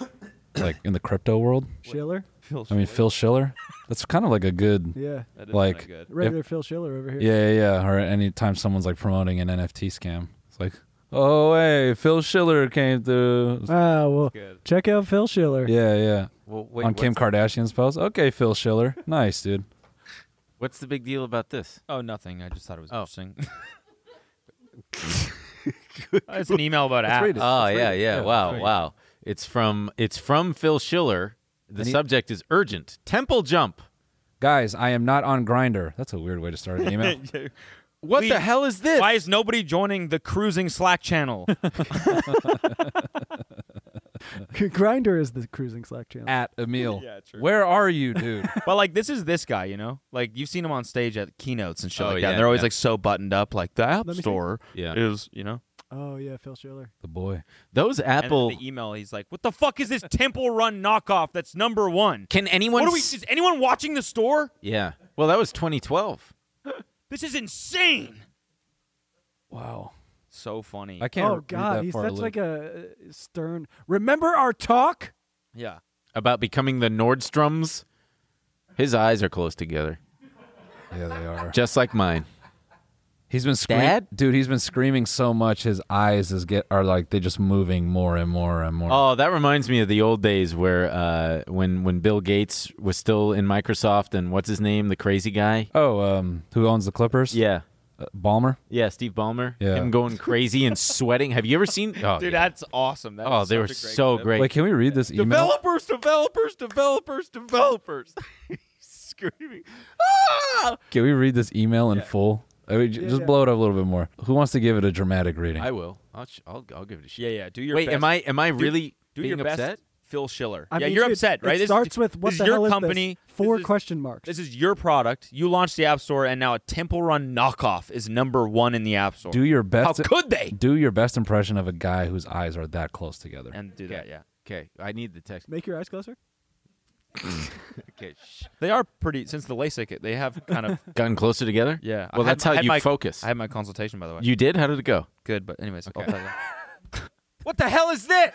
Speaker 6: like in the crypto world?
Speaker 7: Schiller.
Speaker 5: Phil
Speaker 6: I mean, Phil Schiller. That's kind of like a good.
Speaker 7: Yeah.
Speaker 5: that
Speaker 6: kinda like-
Speaker 5: good.
Speaker 7: Regular Phil Schiller over here.
Speaker 6: Yeah, yeah, yeah. Or anytime someone's like promoting an NFT scam, it's like, oh hey, Phil Schiller came through.
Speaker 7: Oh well.
Speaker 5: Good.
Speaker 7: Check out Phil Schiller.
Speaker 6: Yeah, yeah.
Speaker 4: Well, wait,
Speaker 6: On Kim
Speaker 4: what's-
Speaker 6: Kardashian's post. Okay, Phil Schiller. nice, dude.
Speaker 4: What's the big deal about this?
Speaker 5: Oh, nothing. I just thought it was
Speaker 4: Oh.
Speaker 5: interesting. it's an email about apps.
Speaker 6: read it.
Speaker 4: Oh yeah, yeah,
Speaker 6: Yeah,
Speaker 4: Wow,
Speaker 6: sorry.
Speaker 4: wow. It's from it's from Phil Schiller. The subject is urgent. Temple jump.
Speaker 6: Guys, I am not on Grinder. That's a weird way to start an email.
Speaker 4: What
Speaker 5: We-
Speaker 4: the hell is this?
Speaker 5: Why is nobody joining the cruising Slack channel?
Speaker 7: Grinder is the cruising Slack channel.
Speaker 6: At Emil.
Speaker 5: Yeah, true.
Speaker 6: Where are you, dude?
Speaker 5: but like, this is this guy, you know. Like, you've seen him on stage at keynotes and
Speaker 4: Oh,
Speaker 5: shit like that.
Speaker 4: yeah,
Speaker 5: And they're always
Speaker 4: yeah.
Speaker 5: like so buttoned up. Like the App
Speaker 7: Let me see.
Speaker 5: Store
Speaker 4: Yeah.
Speaker 5: is, you know.
Speaker 7: Oh yeah, Phil Schiller.
Speaker 6: the boy.
Speaker 4: Those Apple.
Speaker 5: And then the email, he's like, "What the fuck is this Temple Run knockoff? That's number one.
Speaker 4: Can anyone?
Speaker 5: What are we?
Speaker 4: s-
Speaker 5: Is anyone watching the store?
Speaker 4: Yeah. Well, that was 2012.
Speaker 5: This is insane.
Speaker 6: Wow.
Speaker 5: So funny.
Speaker 6: I can't.
Speaker 7: oh God,
Speaker 6: read that
Speaker 7: he's
Speaker 6: far,
Speaker 7: such
Speaker 6: Luke.
Speaker 7: like a uh, stern. Remember our talk?
Speaker 5: yeah.
Speaker 4: About becoming the Nordstroms. His eyes are close together,
Speaker 6: Yeah, they are.
Speaker 4: just like mine.
Speaker 6: He's been screaming,
Speaker 4: Dad?
Speaker 6: dude. He's been screaming so much. His eyes is get are like they just moving more and more and more.
Speaker 4: Oh, that reminds me of the old days where uh, when when Bill Gates was still in Microsoft and what's his name, the crazy guy.
Speaker 6: Oh, um, who owns the Clippers?
Speaker 4: Yeah.
Speaker 6: uh, Balmer.
Speaker 4: Yeah, Steve Ballmer.
Speaker 6: Yeah.
Speaker 4: Him going crazy and sweating. Have you ever seen? Oh,
Speaker 5: Dude,
Speaker 4: yeah.
Speaker 5: that's awesome. That
Speaker 4: oh
Speaker 5: was
Speaker 4: they
Speaker 5: such
Speaker 4: were
Speaker 5: a great
Speaker 4: so
Speaker 5: clip.
Speaker 4: great.
Speaker 6: Wait, can we read this email?
Speaker 4: developers, developers, developers, developers. He's screaming. Ah!
Speaker 6: Can we read this email in full? I mean, j- just
Speaker 7: yeah.
Speaker 6: blow it up a little bit more. Who wants to give it a dramatic reading?
Speaker 4: I will. I'll, sh- I'll, I'll give it a shit.
Speaker 5: Yeah, yeah. Do your
Speaker 4: Wait,
Speaker 5: best.
Speaker 4: am I am I really
Speaker 5: do
Speaker 4: being
Speaker 5: your best,
Speaker 4: upset?
Speaker 5: Phil Schiller.
Speaker 7: I
Speaker 5: yeah,
Speaker 7: mean,
Speaker 5: you're
Speaker 7: dude,
Speaker 5: upsets, right?
Speaker 7: It
Speaker 5: This is-
Speaker 7: starts with what
Speaker 5: this
Speaker 7: the
Speaker 5: is your
Speaker 7: hell is this?
Speaker 5: company.
Speaker 7: Four
Speaker 5: this is-
Speaker 7: question marks.
Speaker 5: This is your product. You launched the App Store, and now a Temple Run knockoff is number one in the App Store.
Speaker 6: do your
Speaker 5: How
Speaker 6: best.
Speaker 5: could they?
Speaker 6: do your best impression of a guy whose eyes are that close together.
Speaker 5: And do that, yeah.
Speaker 4: Okay, I need the text.
Speaker 7: Make your eyes closer.
Speaker 4: Okay, shh.
Speaker 5: They are pretty. Since the LASIK, they have kind of
Speaker 4: Gotten closer together.
Speaker 5: yeah.
Speaker 4: Well,
Speaker 5: I had
Speaker 4: that's
Speaker 5: my- I
Speaker 4: how
Speaker 5: had
Speaker 4: you
Speaker 5: my-
Speaker 4: focus.
Speaker 5: I had my consultation, by the way.
Speaker 4: you did. How did it go?
Speaker 5: good, but anyways, I'll tell you.
Speaker 4: What the hell is this?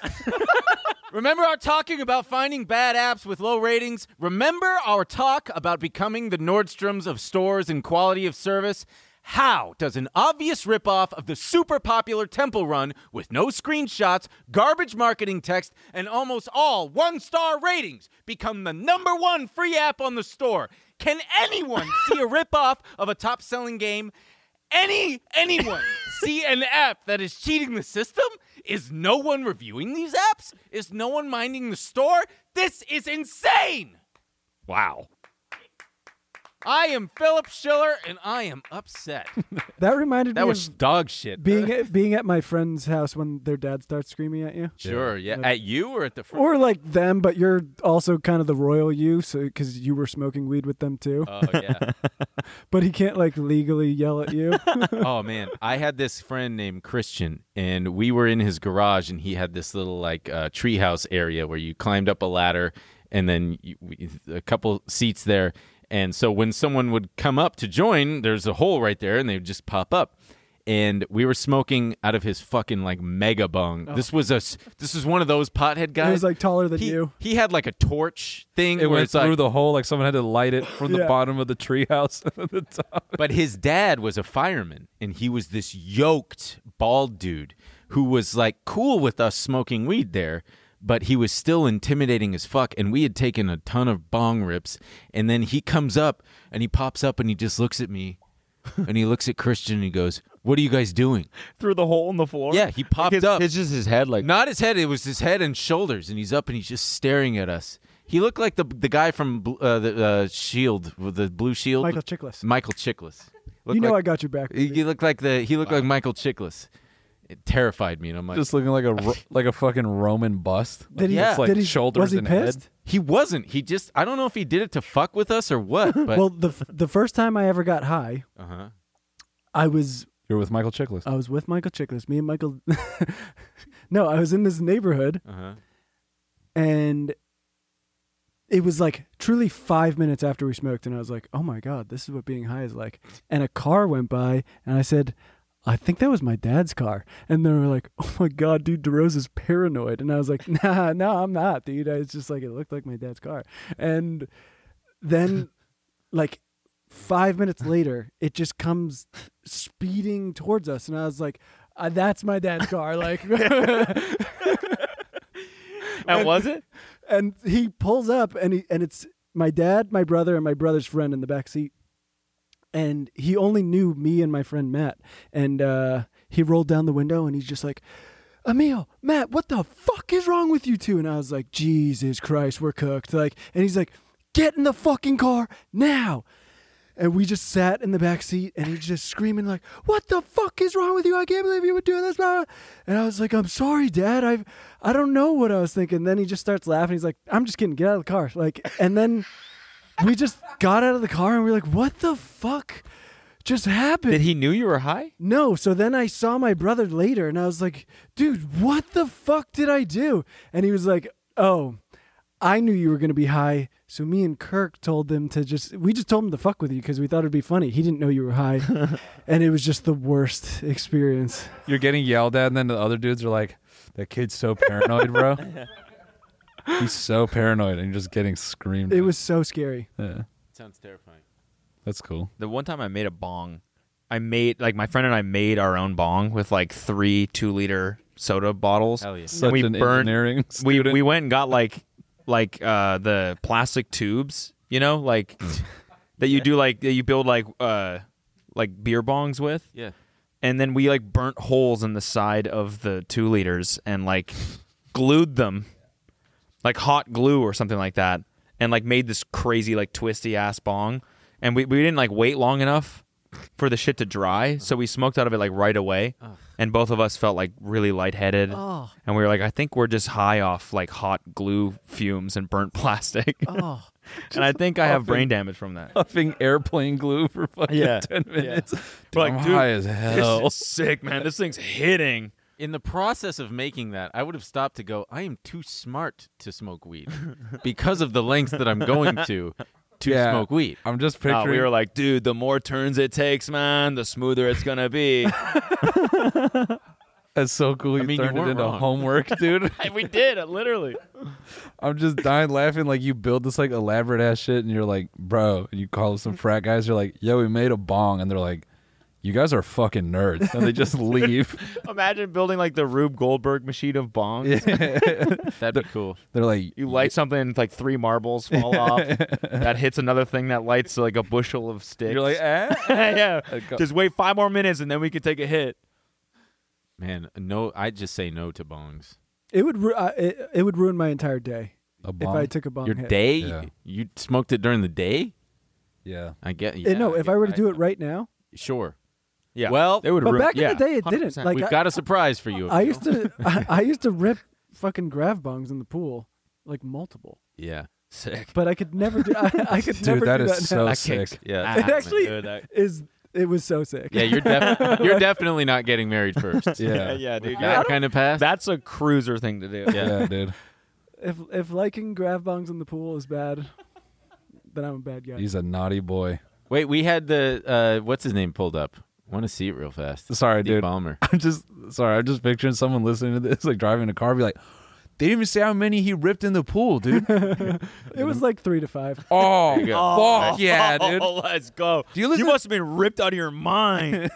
Speaker 4: Remember our talking about finding bad apps with low ratings? Remember our talk about becoming the Nordstroms of stores and quality of service? How does an obvious ripoff of the super popular Temple Run with no screenshots, garbage marketing text, and almost all one star ratings become the number one free app on the store? Can anyone see a ripoff of a top selling game? any anyone see an app that is cheating the system? Is no one reviewing these apps? Is no one minding the store? This is insane.
Speaker 5: Wow.
Speaker 4: I am Philip Schiller, and I am upset.
Speaker 7: That reminded
Speaker 4: That
Speaker 7: me
Speaker 4: was
Speaker 7: of
Speaker 4: dog
Speaker 5: uh,
Speaker 4: shit.
Speaker 7: being at, being at my friend's house when their dad starts screaming at you.
Speaker 4: sure, yeah. At you or at the front?
Speaker 7: Or like them, but you're also kind of the royal you, so because you were smoking weed with them too.
Speaker 5: Uh.
Speaker 4: Oh yeah.
Speaker 7: but he can't like legally yell at you.
Speaker 4: oh man, I had this friend named Christian, and we were in his garage, and he had this little like uh, treehouse area where you climbed up a ladder, and then you, we- a couple seats there, and so when someone would come up to join, there's a hole right there, and they would just pop up. And we were smoking out of his fucking like mega bong. This was a s- this was one of those pothead guys.
Speaker 7: He Oh. was like taller than
Speaker 4: he,
Speaker 7: you.
Speaker 4: He had like a torch thing.
Speaker 6: It
Speaker 4: where
Speaker 6: went
Speaker 4: it's like-
Speaker 6: through the hole like someone had to light it from
Speaker 7: Yeah.
Speaker 6: the bottom of the treehouse to the top.
Speaker 4: But his dad was a fireman, and he was this yoked, bald dude who was like cool with us smoking weed there, but he was still intimidating as fuck. And we had taken a ton of bong rips, and then he comes up and he pops up and he just looks at me, and he looks at Christian and he goes, "What are you guys doing?"
Speaker 5: through the hole in the floor.
Speaker 4: Yeah, he popped
Speaker 5: his,
Speaker 4: up.
Speaker 5: It's just his head, like
Speaker 4: Not his head; it was his head and shoulders, and he's up and he's just staring at us. He looked like the the guy from Bl- uh, the uh, Shield, with the Blue Shield,
Speaker 7: Michael Chiklis.
Speaker 4: E Michael Chiklis. Looked
Speaker 7: you know
Speaker 4: like-
Speaker 7: I got your back.
Speaker 4: he,
Speaker 7: baby.
Speaker 4: he looked like the he looked like Michael Chiklis. It terrified me, and I'm like,
Speaker 6: Just looking like a ro- like a fucking Roman bust. Like,
Speaker 7: Did he-
Speaker 6: just, like
Speaker 7: did he-
Speaker 6: shoulders
Speaker 7: was he
Speaker 6: and
Speaker 7: pissed?
Speaker 6: head.
Speaker 4: he wasn't. He just I don't know if he did it to fuck with us or what. But
Speaker 7: well, the f- the first time I ever got high,
Speaker 4: uh-huh.
Speaker 7: I was
Speaker 6: You're with Michael Chiklis.
Speaker 5: Uh.
Speaker 7: I was with Michael Chiklis. Me and Michael. no, I was in this neighborhood,
Speaker 4: Uh-huh.
Speaker 7: and it was like truly five minutes after we smoked, and I was like, "Oh my god, this is what being high is like." And a car went by, and I said. I think that was my dad's car. And they were like, oh my God, dude, DeRosa's paranoid. And I was like, nah, no, I'm not, dude. I was just like, it looked like my dad's car. And then like five minutes later, it just comes speeding towards us, and I was like, uh, "That's my dad's car!" Like,
Speaker 5: and was it?
Speaker 7: and he pulls up, and he and it's my dad, my brother, and my brother's friend in the back seat, and he only knew me and my friend Matt, and uh, he rolled down the window, and he's just like. Emil, Matt, what the fuck is wrong with you two? And I was like, Jesus Christ, we're cooked. Like, and he's like, get in the fucking car now. And we just sat in the back seat and he's just screaming like, What the fuck is wrong with you? I can't believe you would do this. Blah, blah. And I was like, I'm sorry, Dad. I've I don't know what I was thinking. Then he just starts laughing. He's like, I'm just kidding, get out of the car. Like and then we just got out of the car and we are like, What the fuck just happened?
Speaker 5: Did he knew you were high?
Speaker 7: No. So then I saw my brother later and I was like, dude, what the fuck did I do? And he was like, oh, I knew you were going to be high. So me and Kirk told them to just, we just told him to fuck with you because we thought it'd be funny. He didn't know you were high. and it was just the worst experience.
Speaker 6: You're getting yelled at, and then the other dudes are like, "That kid's so paranoid, bro. He's so paranoid, and you're just getting screamed."
Speaker 7: It
Speaker 6: at.
Speaker 7: was so scary.
Speaker 6: Yeah,
Speaker 4: Sounds terrifying.
Speaker 6: that's cool.
Speaker 5: The one time I made a bong, I made like my friend and I made our own bong with like three two liter soda bottles.
Speaker 4: Hell yeah.
Speaker 6: Such
Speaker 5: we
Speaker 6: an
Speaker 5: burnt-
Speaker 6: engineering
Speaker 5: We
Speaker 6: student.
Speaker 5: we went and got like like uh the plastic tubes, you know, like that you do like that you build like uh like beer bongs with.
Speaker 4: Yeah.
Speaker 5: and then we like burnt holes in the side of the two liters and like glued them like hot glue or something like that and like made this crazy like twisty ass bong and we, we didn't like wait long enough for the shit to dry so we smoked out of it like right away and both of us felt like really lightheaded
Speaker 7: Oh.
Speaker 5: and we were like i think we're just high off like hot glue fumes and burnt plastic
Speaker 7: Oh,
Speaker 5: and i think i have
Speaker 6: Often-
Speaker 5: brain damage from that
Speaker 6: puffing airplane glue for fucking
Speaker 5: Yeah.
Speaker 6: ten minutes. Dude,
Speaker 5: Like,
Speaker 6: I'm
Speaker 5: dude,
Speaker 6: high as
Speaker 5: this
Speaker 6: hell.
Speaker 5: is sick man this thing's hitting
Speaker 4: In the process of making that, I would have stopped to go. I am too smart to smoke weed because of the lengths that I'm going to to
Speaker 6: Yeah.
Speaker 4: smoke weed.
Speaker 6: I'm just
Speaker 5: No,
Speaker 6: picturing.
Speaker 5: we were like, dude, the more turns it takes, man, the smoother it's gonna be.
Speaker 6: that's so cool. You
Speaker 4: mean, you
Speaker 6: turned it
Speaker 4: weren't
Speaker 6: into
Speaker 4: wrong.
Speaker 6: homework, dude.
Speaker 5: And we did it literally.
Speaker 6: I'm just dying laughing. Like you build this like elaborate ass shit, and you're like, bro, and you call some frat guys. You're like, yo, we made a bong, and they're like, you guys are fucking nerds, and they just leave.
Speaker 5: Imagine building like the Rube Goldberg machine of bongs.
Speaker 4: That'd be cool.
Speaker 6: They're like,
Speaker 5: You light something, like three marbles fall off. that hits another thing that lights like a bushel of sticks.
Speaker 6: you're like, eh?
Speaker 5: ah, yeah.
Speaker 6: go-
Speaker 5: Just wait five more minutes and then we can take a hit.
Speaker 4: Man, no, I just say no to bongs.
Speaker 7: it would ru- uh, it, it would ruin my entire day
Speaker 6: a
Speaker 7: if
Speaker 6: bong.
Speaker 7: I took a bong
Speaker 4: Your
Speaker 7: hit.
Speaker 4: day,
Speaker 6: Yeah.
Speaker 4: you smoked it during the day.
Speaker 6: Yeah.
Speaker 4: I get
Speaker 7: Eh,
Speaker 4: yeah,
Speaker 7: no, if I were to do it right now,
Speaker 4: sure.
Speaker 5: Yeah.
Speaker 4: Well,
Speaker 5: they would
Speaker 7: but
Speaker 5: ruin.
Speaker 7: back
Speaker 5: yeah.
Speaker 7: in the day, it didn't.
Speaker 4: 100%.
Speaker 7: Like
Speaker 4: we've
Speaker 7: I,
Speaker 4: got a surprise for you.
Speaker 7: I
Speaker 4: Emil.
Speaker 7: used to, I, I used to rip fucking grav bongs in the pool, like multiple.
Speaker 4: Yeah. Sick.
Speaker 7: But I could never do. I, I could
Speaker 6: Dude,
Speaker 7: never
Speaker 6: that
Speaker 7: do
Speaker 6: is
Speaker 7: that
Speaker 6: so
Speaker 7: now.
Speaker 6: sick.
Speaker 4: Yeah.
Speaker 7: It
Speaker 5: Ah,
Speaker 7: actually
Speaker 5: dude, that-
Speaker 7: is. It was so sick.
Speaker 4: Yeah, you're def- you're definitely not getting married first.
Speaker 6: Yeah.
Speaker 5: yeah, dude.
Speaker 4: With that kind of pass.
Speaker 5: That's a cruiser thing to do.
Speaker 6: Yeah, dude.
Speaker 7: If if liking grav bongs in the pool is bad, then I'm a bad guy.
Speaker 6: He's a naughty boy.
Speaker 4: Wait, we had the uh, what's his name pulled up. want to see it real fast.
Speaker 6: Sorry,
Speaker 4: Steve
Speaker 6: dude.
Speaker 4: Ballmer.
Speaker 6: I'm just sorry. I'm just picturing someone listening to this, like driving a car, be like, they didn't even say how many he ripped in the pool, dude.
Speaker 7: It was like three to five.
Speaker 6: oh, fuck yeah, dude.
Speaker 5: Oh, let's go.
Speaker 6: Do you listen-
Speaker 5: must have been ripped out of your mind.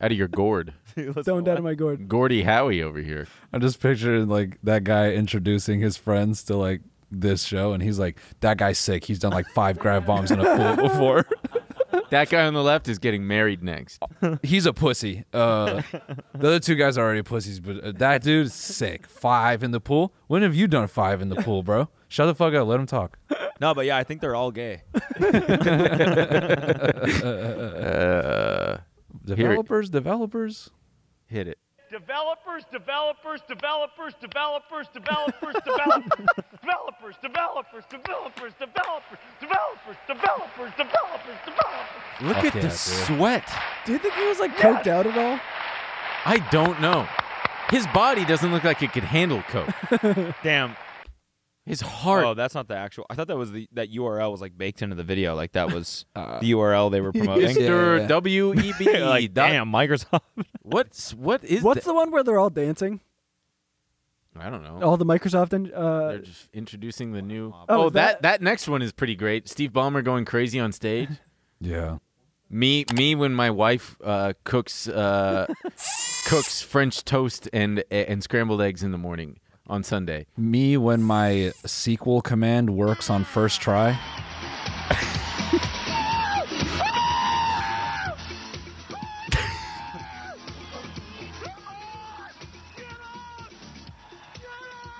Speaker 4: Out of your gourd.
Speaker 7: Stoned out of my gourd.
Speaker 4: Gordy Howie over here.
Speaker 6: I'm just picturing like that guy introducing his friends to like this show, and he's like, that guy's sick. He's done like five grab bombs in a pool before.
Speaker 4: That guy on the left is getting married next.
Speaker 6: he's a pussy. Uh, the other two guys are already pussies, but uh, that dude's sick. Five in the pool. When have you done five in the pool, bro? Shut the fuck up. Let him talk.
Speaker 5: no, but yeah, I think they're all gay.
Speaker 4: Uh, Here-
Speaker 6: Developers, developers.
Speaker 4: hit it.
Speaker 2: Developers, developers, developers, developers, developers, developers, developers, developers, developers, developers, developers, developers, developers, developers.
Speaker 4: Look
Speaker 6: Fuck
Speaker 4: at
Speaker 6: yeah,
Speaker 4: the
Speaker 6: dude.
Speaker 4: sweat.
Speaker 7: Do you think he was like coked out at all?
Speaker 4: I don't know. His body doesn't look like it could handle coke.
Speaker 5: Damn.
Speaker 4: His heart.
Speaker 5: Oh, that's not the actual. I thought that was the that URL was like baked into the video. Like that was the URL they were promoting.
Speaker 4: Mr.
Speaker 6: yeah.
Speaker 4: W.E.B.
Speaker 5: Uh. like
Speaker 4: dot-
Speaker 5: damn, Microsoft.
Speaker 4: What's what is
Speaker 7: What's
Speaker 4: that?
Speaker 7: the one where they're all dancing?
Speaker 4: I don't know.
Speaker 7: All the Microsoft and uh,
Speaker 4: They're just introducing the new. Oh,
Speaker 7: Oh, is
Speaker 4: that,
Speaker 7: that-
Speaker 4: that next one is pretty great. Steve Ballmer going crazy on stage.
Speaker 6: Yeah.
Speaker 4: me me when my wife uh, cooks uh, cooks French toast and and scrambled eggs in the morning on Sunday.
Speaker 6: Me when my SQL command works on first try.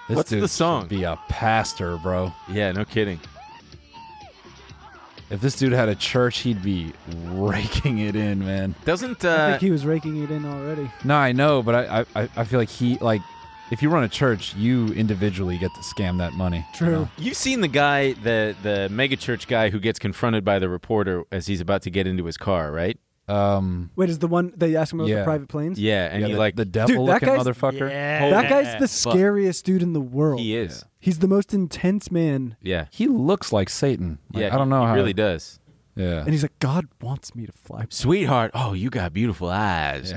Speaker 6: This
Speaker 4: What's the
Speaker 6: dude should
Speaker 4: song?
Speaker 6: Be a pastor, bro.
Speaker 4: Yeah, no kidding.
Speaker 6: If this dude had a church, he'd be raking it in, man.
Speaker 4: Doesn't
Speaker 7: I
Speaker 4: uh,
Speaker 7: think he was raking it in already.
Speaker 6: No, I know, but I, I- I, I feel like he like if you run a church, you individually get to scam that money. you
Speaker 7: True.
Speaker 6: know?
Speaker 4: you've seen the guy the the megachurch guy who gets confronted by the reporter as he's about to get into his car, right?
Speaker 6: Um,
Speaker 7: Wait, is the one they asked him about
Speaker 6: Yeah.
Speaker 7: the private planes?
Speaker 4: Yeah, and
Speaker 6: yeah,
Speaker 4: he
Speaker 6: the,
Speaker 4: like
Speaker 6: the devil
Speaker 7: that
Speaker 6: looking
Speaker 7: guy's-
Speaker 6: motherfucker.
Speaker 7: That guy's the scariest dude in the world.
Speaker 4: he is.
Speaker 7: He's the most intense man,
Speaker 4: Yeah.
Speaker 6: He looks like Satan. Like,
Speaker 4: Yeah,
Speaker 6: I don't know
Speaker 4: he
Speaker 6: how.
Speaker 4: really does.
Speaker 6: yeah.
Speaker 7: and he's like, God wants me to fly.
Speaker 4: Sweetheart, oh, you got beautiful eyes.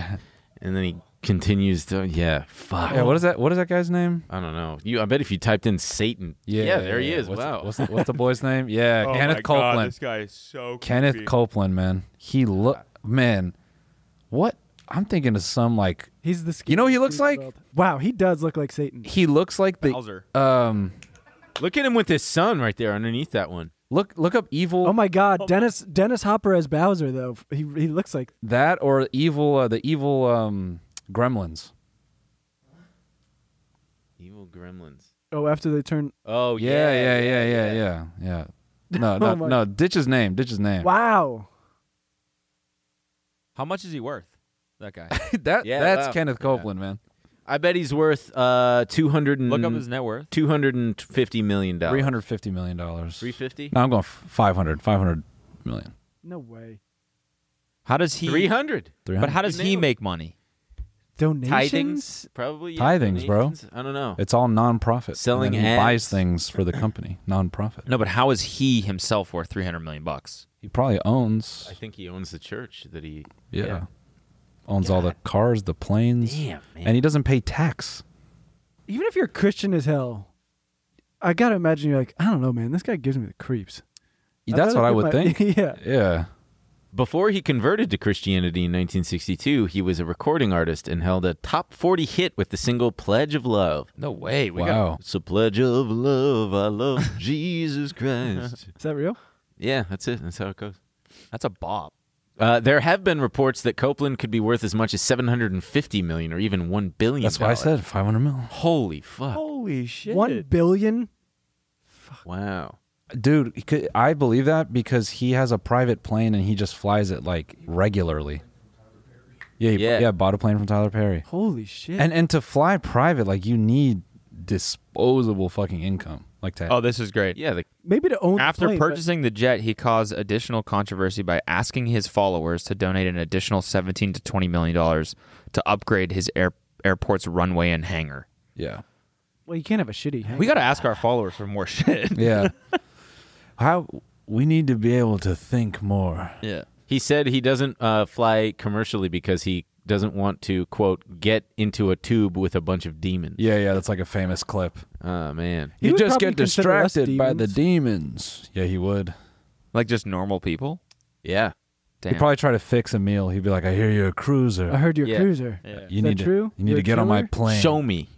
Speaker 4: And then he continues to, yeah, fuck.
Speaker 6: yeah. What is that? What is that guy's name?
Speaker 4: I don't know. You, I bet if you typed in Satan, yeah, there he is.
Speaker 6: What's,
Speaker 4: wow,
Speaker 6: What's the, what's the boy's name? Yeah,
Speaker 7: Oh
Speaker 5: Oh
Speaker 6: Kenneth Copeland.
Speaker 5: guy is so
Speaker 6: Kenneth Copeland, man. He look man. What? I'm thinking of some like
Speaker 7: He's the.
Speaker 6: You know what he looks
Speaker 7: scariest dude in
Speaker 6: like?
Speaker 7: the world. Wow, he does look like Satan.
Speaker 6: he looks like the
Speaker 5: Bowser.
Speaker 6: um
Speaker 4: Look at him with his son right there underneath that one.
Speaker 6: look look up evil
Speaker 7: Oh my God, Dennis Dennis Hopper as Bowser though. He he looks like
Speaker 6: That or evil, uh, the evil um, gremlins.
Speaker 4: Evil gremlins.
Speaker 7: oh after they turn.
Speaker 4: Oh
Speaker 6: Yeah, yeah, yeah, yeah, yeah, yeah. No, no,
Speaker 7: Oh my-
Speaker 6: no. Ditch his name. Ditch his name.
Speaker 7: Wow,
Speaker 5: How much is he worth? That guy.
Speaker 6: that
Speaker 4: Yeah,
Speaker 6: that's
Speaker 4: wow.
Speaker 6: Kenneth
Speaker 4: Yeah.
Speaker 6: Copeland, man.
Speaker 4: I bet he's worth uh two hundred and
Speaker 5: Look up his net worth.
Speaker 4: two hundred and fifty million dollars.
Speaker 6: Three hundred fifty million dollars.
Speaker 4: Three fifty.
Speaker 6: No, I'm going f- 500, 500 million.
Speaker 7: no way.
Speaker 5: How does he?
Speaker 4: Three hundred.
Speaker 6: 300.
Speaker 5: But how does he
Speaker 4: Nailed it.
Speaker 5: make money?
Speaker 4: Tithings,
Speaker 7: Donations.
Speaker 4: probably. Yeah,
Speaker 6: Tithings, bro.
Speaker 4: donations. I don't know.
Speaker 6: It's all nonprofit. And
Speaker 4: Selling
Speaker 6: then he
Speaker 4: ads.
Speaker 6: buys things for the company. nonprofit.
Speaker 5: No, but how is he himself worth three hundred million bucks?
Speaker 6: He probably owns.
Speaker 4: I think he owns the church that he.
Speaker 6: Yeah. Owns all the cars, the planes.
Speaker 4: Damn, man.
Speaker 6: And he doesn't pay tax.
Speaker 7: Even if you're Christian as hell, I gotta imagine you're like, I don't know, man. This guy gives me the creeps. I
Speaker 6: That's
Speaker 7: better
Speaker 6: what I
Speaker 7: get
Speaker 6: would
Speaker 7: my-
Speaker 6: think.
Speaker 7: yeah.
Speaker 6: Yeah.
Speaker 4: Before he converted to Christianity in 1962, he was a recording artist and held a top 40 hit with the single "Pledge of Love."
Speaker 5: No way. We got-
Speaker 6: Wow.
Speaker 4: It's a pledge of love. I love Jesus Christ.
Speaker 7: Is that real?
Speaker 4: Yeah, that's it. That's how it goes.
Speaker 5: that's a bob.
Speaker 4: Uh, there have been reports that Copeland could be worth as much as 750 million or even 1 billion.
Speaker 6: That's why I said 500 million.
Speaker 4: Holy fuck.
Speaker 5: Holy shit.
Speaker 7: One billion.
Speaker 4: Wow.
Speaker 6: dude, he could- I believe that because he has a private plane and he just flies it like regularly. Yeah, he,
Speaker 4: Yeah.
Speaker 6: yeah, bought a plane from Tyler Perry.
Speaker 7: Holy shit.
Speaker 6: And and to fly private, like you need disposable fucking income like that.
Speaker 5: Oh, this is great.
Speaker 4: Yeah, the,
Speaker 7: Maybe to own the
Speaker 5: After
Speaker 7: plane, but-
Speaker 5: purchasing the jet, he caused additional controversy by asking his followers to donate an additional 17 to 20 million dollars to upgrade his air, airport's runway and hangar.
Speaker 6: yeah,
Speaker 7: well, you can't have a shitty hangar.
Speaker 5: We got to ask our followers for more shit.
Speaker 6: yeah. How we need to be able to think more.
Speaker 5: Yeah.
Speaker 4: he said he doesn't uh, fly commercially because he doesn't want to quote get into a tube with a bunch of demons.
Speaker 6: Yeah, yeah, that's like a famous clip.
Speaker 4: Oh man.
Speaker 7: He
Speaker 6: you
Speaker 7: would
Speaker 6: just
Speaker 7: probably
Speaker 6: get
Speaker 7: consider us
Speaker 6: distracted by the demons. Yeah, he would.
Speaker 5: Like just normal people?
Speaker 4: Yeah.
Speaker 5: Damn.
Speaker 6: He'd probably try to fix a meal. He'd be like, "I hear you're a cruiser.
Speaker 7: I heard your
Speaker 4: Yeah.
Speaker 7: cruiser.
Speaker 6: you
Speaker 7: Is that
Speaker 6: need
Speaker 7: true?
Speaker 6: To, you need
Speaker 7: You're
Speaker 6: to
Speaker 7: a
Speaker 6: get on my
Speaker 7: killer?
Speaker 6: plane.
Speaker 4: Show me.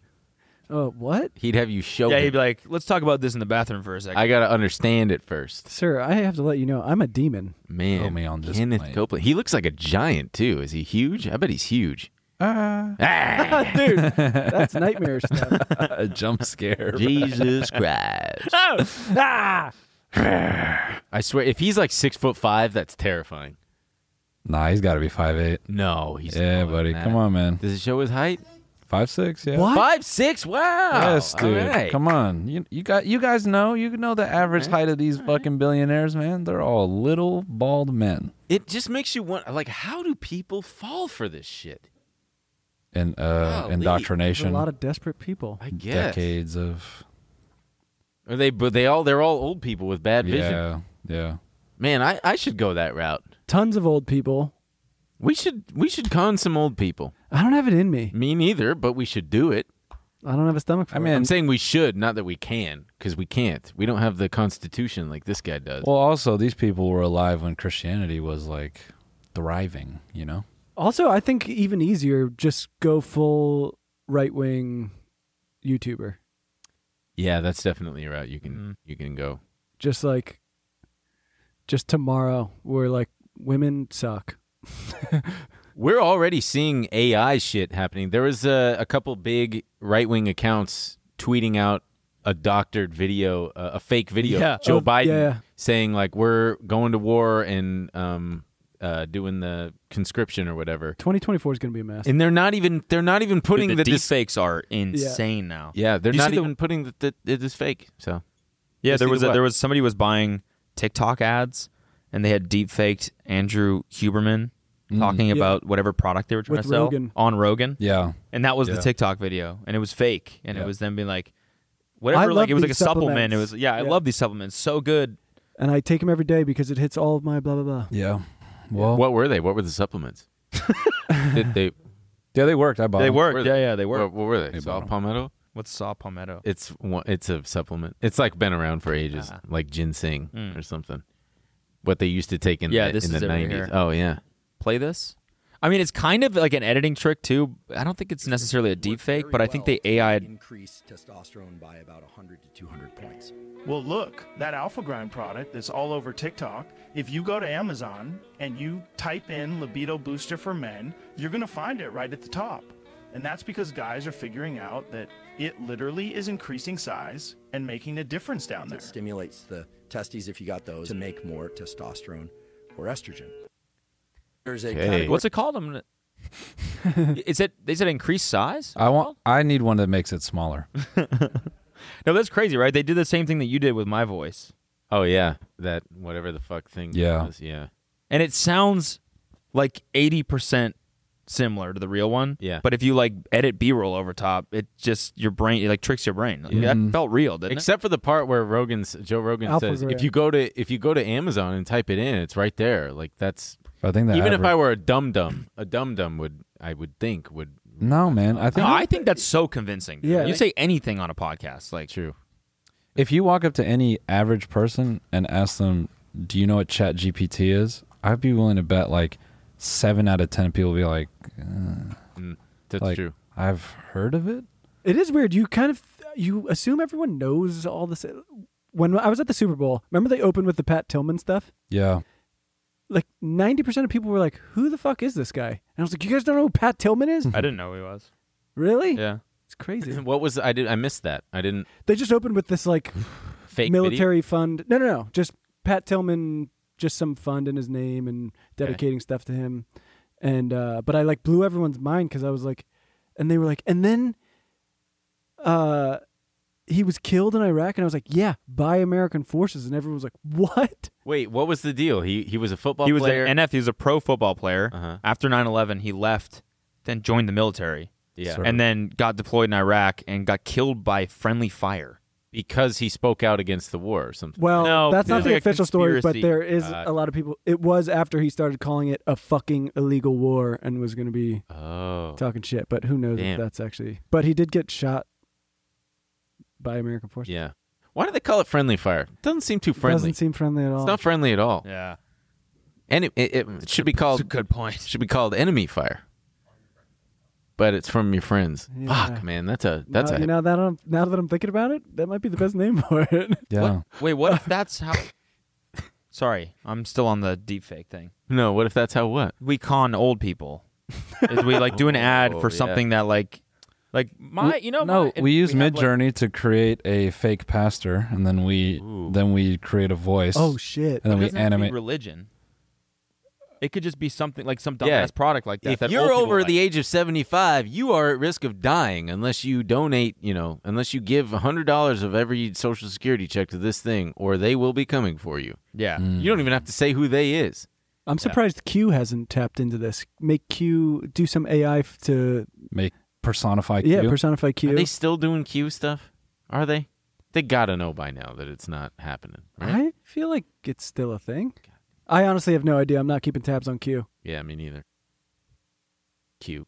Speaker 7: Oh, what?
Speaker 4: He'd have you show
Speaker 5: yeah,
Speaker 4: him.
Speaker 5: he'd be like, let's talk about this in the bathroom for a second.
Speaker 4: I got to understand it first.
Speaker 7: Sir, I have to let you know I'm a demon.
Speaker 4: Man.
Speaker 6: Show me on this
Speaker 4: Kenneth
Speaker 6: plane.
Speaker 4: Copeland. He looks like a giant too. Is he huge? I bet he's huge. Ah,
Speaker 7: Dude, that's nightmare stuff.
Speaker 6: a jump scare.
Speaker 4: Jesus Christ.
Speaker 5: Oh, ah!
Speaker 4: I swear if he's like 6 foot 5, that's terrifying.
Speaker 6: Nah, he's got to be five eight.
Speaker 4: No, he's
Speaker 6: Yeah,
Speaker 4: taller than
Speaker 6: buddy.
Speaker 4: that.
Speaker 6: Come on, man.
Speaker 4: Does it show his height?
Speaker 6: Five six. Yeah.
Speaker 7: What?
Speaker 4: Five six. Wow.
Speaker 6: Yes, dude. Come on. You you got you guys know you know the average height of these fucking billionaires, man. They're all little bald men.
Speaker 4: It just makes you want. Like, how do people fall for this shit?
Speaker 6: And uh,
Speaker 4: Golly.
Speaker 7: There's a
Speaker 6: indoctrination.
Speaker 7: lot of desperate people.
Speaker 4: I guess.
Speaker 6: decades of
Speaker 4: Are they? But they all. They're all old people with bad vision.
Speaker 6: yeah, yeah.
Speaker 4: Man, I, I should go that route.
Speaker 7: Tons of old people.
Speaker 4: We should we should con some old people.
Speaker 7: I don't have it in me.
Speaker 4: Me neither, but we should do it.
Speaker 7: I don't have a stomach for
Speaker 6: I
Speaker 7: it.
Speaker 6: mean,
Speaker 4: I'm saying we should, not that we can, because we can't. We don't have the constitution like this guy does.
Speaker 6: Well, also these people were alive when Christianity was like thriving. You know.
Speaker 7: Also, I think even easier, just go full right wing YouTuber.
Speaker 4: yeah, that's definitely a route you can you can go.
Speaker 7: Just like, just tomorrow, we're like, women suck.
Speaker 4: We're already seeing AI shit happening. There was a, a couple big right wing accounts tweeting out a doctored video, uh, a fake video,
Speaker 5: Yeah.
Speaker 4: of Joe
Speaker 7: Oh,
Speaker 4: Biden
Speaker 7: yeah.
Speaker 4: saying like we're going to war and um, uh, doing the conscription or whatever.
Speaker 7: 2024 is going to be a mess.
Speaker 4: And they're not even they're not even putting
Speaker 5: Dude,
Speaker 4: the,
Speaker 5: the,
Speaker 4: dis-
Speaker 5: deepfakes are insane now.
Speaker 4: yeah they're
Speaker 5: You
Speaker 4: not
Speaker 5: see the-
Speaker 4: even putting that that it is fake. So
Speaker 5: Yeah,
Speaker 4: You
Speaker 5: there
Speaker 4: see
Speaker 5: was
Speaker 4: the
Speaker 5: a,
Speaker 4: what?
Speaker 5: there was somebody was buying TikTok ads, and they had deep faked Andrew Huberman
Speaker 4: Mm.
Speaker 5: talking about whatever product they were trying
Speaker 7: With
Speaker 5: to sell
Speaker 7: Rogan.
Speaker 5: on Rogan.
Speaker 6: Yeah.
Speaker 5: and that was
Speaker 6: Yeah.
Speaker 5: the TikTok video, and it was fake, and
Speaker 6: Yeah.
Speaker 5: it was them being like,
Speaker 7: I
Speaker 5: whatever,
Speaker 7: love
Speaker 5: like it was like a
Speaker 7: these
Speaker 5: supplement. It
Speaker 7: supplements.
Speaker 5: was yeah, I
Speaker 7: Yeah.
Speaker 5: love these supplements, so good.
Speaker 7: And I take them every day because it hits all of my blah, blah, blah.
Speaker 6: Yeah. Well,
Speaker 4: what were they? What were the supplements? Did they?
Speaker 6: yeah, they worked. I bought.
Speaker 5: They
Speaker 6: them.
Speaker 5: worked,
Speaker 4: were
Speaker 5: yeah, yeah, they
Speaker 4: What,
Speaker 5: worked.
Speaker 4: what were they?
Speaker 6: They
Speaker 4: Saw
Speaker 6: bought 'em.
Speaker 4: palmetto.
Speaker 5: What's saw palmetto?
Speaker 4: It's one, it's a supplement. It's like been around for ages,
Speaker 5: Ah.
Speaker 4: like ginseng
Speaker 5: Mm.
Speaker 4: or something. What they used to take in
Speaker 5: Yeah,
Speaker 4: the,
Speaker 5: this
Speaker 4: in
Speaker 5: is
Speaker 4: the
Speaker 5: it right
Speaker 4: 90s.
Speaker 5: here.
Speaker 4: Oh yeah.
Speaker 5: Play this. I mean, it's kind of like an editing trick too. I don't think it's necessarily a deep fake, but I think they AI.
Speaker 10: increase testosterone by about 100 to 200 points.
Speaker 3: Well, look, that Alpha Grind product that's all over TikTok, if you go to Amazon and you type in libido booster for men, you're going to find it right at the top. And that's because guys are figuring out that it literally is increasing size and making a difference down there.
Speaker 10: It stimulates the testes if you got those to make more testosterone or estrogen. There's a
Speaker 4: Okay.
Speaker 5: What's it called? I'm. gonna- Is it? They said increased size.
Speaker 4: Uh,
Speaker 6: I want. I need one that makes it smaller.
Speaker 5: No, that's crazy, right? They did the same thing that you did with my voice.
Speaker 4: Oh yeah. That whatever the fuck thing.
Speaker 6: Yeah.
Speaker 4: was, Yeah.
Speaker 5: And it sounds like 80% similar to the real one.
Speaker 4: Yeah.
Speaker 5: But if you like edit B roll over top, it just, your brain, it like tricks your brain. Like, That felt real, didn't it?
Speaker 4: Except for the part where Rogan's Joe Rogan
Speaker 7: Alpha
Speaker 4: says if
Speaker 7: Grind.
Speaker 4: you go to if you go to Amazon and type it in, it's right there. Like that's
Speaker 6: I think that
Speaker 4: even if
Speaker 6: average-
Speaker 4: I were a dum dum, a dum dum would I would think would
Speaker 6: no man, I
Speaker 5: No,
Speaker 6: think
Speaker 5: I think that's so convincing. dude.
Speaker 7: Yeah.
Speaker 5: You say anything on a podcast. Like,
Speaker 4: true.
Speaker 6: if you walk up to any average person and ask them, "Do you know what Chat GPT is?" I'd be willing to bet like seven out of ten people be like,
Speaker 4: That's
Speaker 6: "Like
Speaker 4: true.
Speaker 6: I've heard of it."
Speaker 7: It is weird. You kind of you assume everyone knows all this. When I was at the Super Bowl, remember they opened with the Pat Tillman stuff?
Speaker 6: Yeah,
Speaker 7: Like 90% of people were like, "Who the fuck is this guy?" And I was like, "You guys don't know who Pat Tillman is?
Speaker 5: I didn't know he was.
Speaker 7: really?
Speaker 5: Yeah.
Speaker 7: It's crazy."
Speaker 4: What was I did I missed that. I didn't
Speaker 7: they just opened with this like
Speaker 4: fake video?
Speaker 7: military fund. No, no, no. Just Pat Tillman, just some fund in his name and dedicating stuff to him. And uh, but I like blew everyone's mind because I was like, and they were like, and then uh, he was killed in Iraq, and I was like, yeah, by American forces, and everyone was like, what?
Speaker 4: Wait, what was the deal? He he was a football
Speaker 5: he was
Speaker 4: player.
Speaker 5: an NF. He was a pro football player.
Speaker 4: Uh-huh.
Speaker 5: After 9-11, he left, then joined the military,
Speaker 4: yeah,
Speaker 6: Sort of.
Speaker 5: and then got deployed in Iraq and got killed by friendly fire.
Speaker 4: because he spoke out against the war or something.
Speaker 7: Well,
Speaker 5: No,
Speaker 7: that's not
Speaker 5: it's
Speaker 7: the
Speaker 5: like a
Speaker 7: official story, but
Speaker 5: conspiracy.
Speaker 7: there is
Speaker 4: Uh,
Speaker 7: a lot of people. It was after he started calling it a fucking illegal war and was going to be
Speaker 4: Oh,
Speaker 7: talking shit, but who knows
Speaker 4: Damn.
Speaker 7: if that's actually. But he did get shot by American forces.
Speaker 4: yeah. Why do they call it friendly fire? doesn't seem too
Speaker 7: It
Speaker 4: friendly.
Speaker 7: Doesn't seem friendly at all.
Speaker 4: it's not friendly at all.
Speaker 5: Yeah,
Speaker 4: And it, it, it should be
Speaker 5: that's a
Speaker 4: called
Speaker 5: good point.
Speaker 4: should be called enemy fire. But it's from your friends.
Speaker 7: Yeah.
Speaker 4: Fuck, man, that's a that's
Speaker 7: now,
Speaker 4: a
Speaker 7: you know, that I'm, now that I'm thinking about it, that might be the best name for it.
Speaker 6: Yeah.
Speaker 5: Wait, what if that's how? Sorry, I'm still on the deep fake thing.
Speaker 4: no. What if that's how what?
Speaker 5: We con old people. Is we like do an ad
Speaker 4: Oh,
Speaker 5: for
Speaker 4: yeah.
Speaker 5: something that like, like my, Uh, you know,
Speaker 6: no,
Speaker 5: my-
Speaker 6: we use
Speaker 5: have, like-
Speaker 6: Midjourney to create a fake pastor, and then we then we create a voice.
Speaker 7: oh shit!
Speaker 6: and then
Speaker 5: It
Speaker 6: we
Speaker 5: doesn't have to be
Speaker 6: animate.
Speaker 5: religion. It could just be something like some dumbass
Speaker 4: Yeah.
Speaker 5: product like that.
Speaker 4: If
Speaker 5: that
Speaker 4: you're
Speaker 5: old people
Speaker 4: over the age
Speaker 5: like.
Speaker 4: of 75, you are at risk of dying unless you donate, you know, unless you give $100 of every social security check to this thing or they will be coming for you.
Speaker 5: yeah,
Speaker 6: Mm.
Speaker 4: You don't even have to say who they is.
Speaker 7: I'm surprised Q hasn't tapped into this. Make Q do some AI f- to
Speaker 6: Make personify
Speaker 7: yeah
Speaker 6: Q.
Speaker 7: personify Q.
Speaker 4: Are they still doing Q stuff? Are they? They got to know by now that it's not happening, right?
Speaker 7: I feel like it's still a thing. I honestly have no idea. I'm not keeping tabs on Q.
Speaker 4: Yeah, me neither. Q.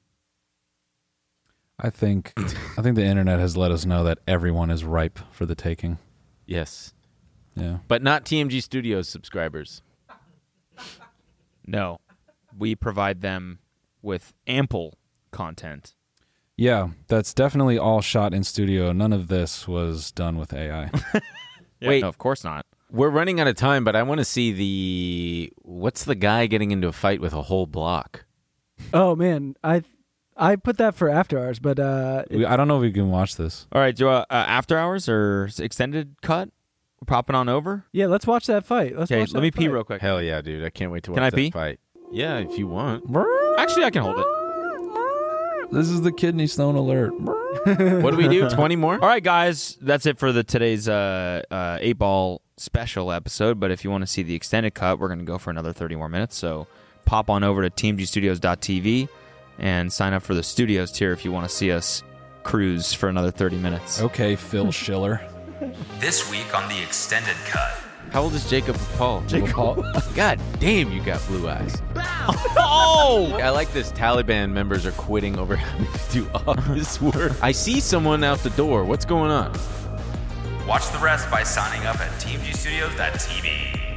Speaker 6: I think I think the internet has let us know that everyone is ripe for the taking.
Speaker 4: Yes.
Speaker 6: Yeah.
Speaker 4: But not TMG Studios subscribers.
Speaker 5: no, we provide them with ample content.
Speaker 6: Yeah, that's definitely all shot in studio. None of this was done with AI.
Speaker 4: Wait.
Speaker 5: no, of course not.
Speaker 4: We're running out of time, but I want to see the what's the guy getting into a fight with a whole block?
Speaker 7: Oh man, I I put that for after hours, but uh,
Speaker 6: we, I don't know if we can watch this.
Speaker 5: All right, do uh, uh, after hours or s- extended cut? We're popping on over.
Speaker 7: yeah, let's watch that fight. Let's
Speaker 5: Okay,
Speaker 7: watch
Speaker 5: let
Speaker 7: that
Speaker 5: me pee
Speaker 7: fight.
Speaker 5: real quick.
Speaker 4: Hell yeah, dude! I can't wait to watch
Speaker 5: I
Speaker 4: that
Speaker 5: pee?
Speaker 4: fight. Yeah, if you want.
Speaker 5: Actually, I can hold it.
Speaker 6: This is the kidney stone alert.
Speaker 4: What do we do? Twenty more?
Speaker 5: All right, guys, that's it for the today's uh, uh, eight ball special episode. But if you want to see the extended cut, we're going to go for another thirty more minutes. So pop on over to teamgstudios.tv and sign up for the studios tier if you want to see us cruise for another thirty minutes.
Speaker 6: Okay, Phil Schiller.
Speaker 5: This week on the extended cut.
Speaker 4: How old is Jacob Paul? Jacob God damn, you got blue eyes.
Speaker 5: Oh,
Speaker 4: I like this. Taliban members are quitting over having to do office work. I see someone out the door. What's going on?
Speaker 5: watch the rest by signing up at teamgstudios.tv.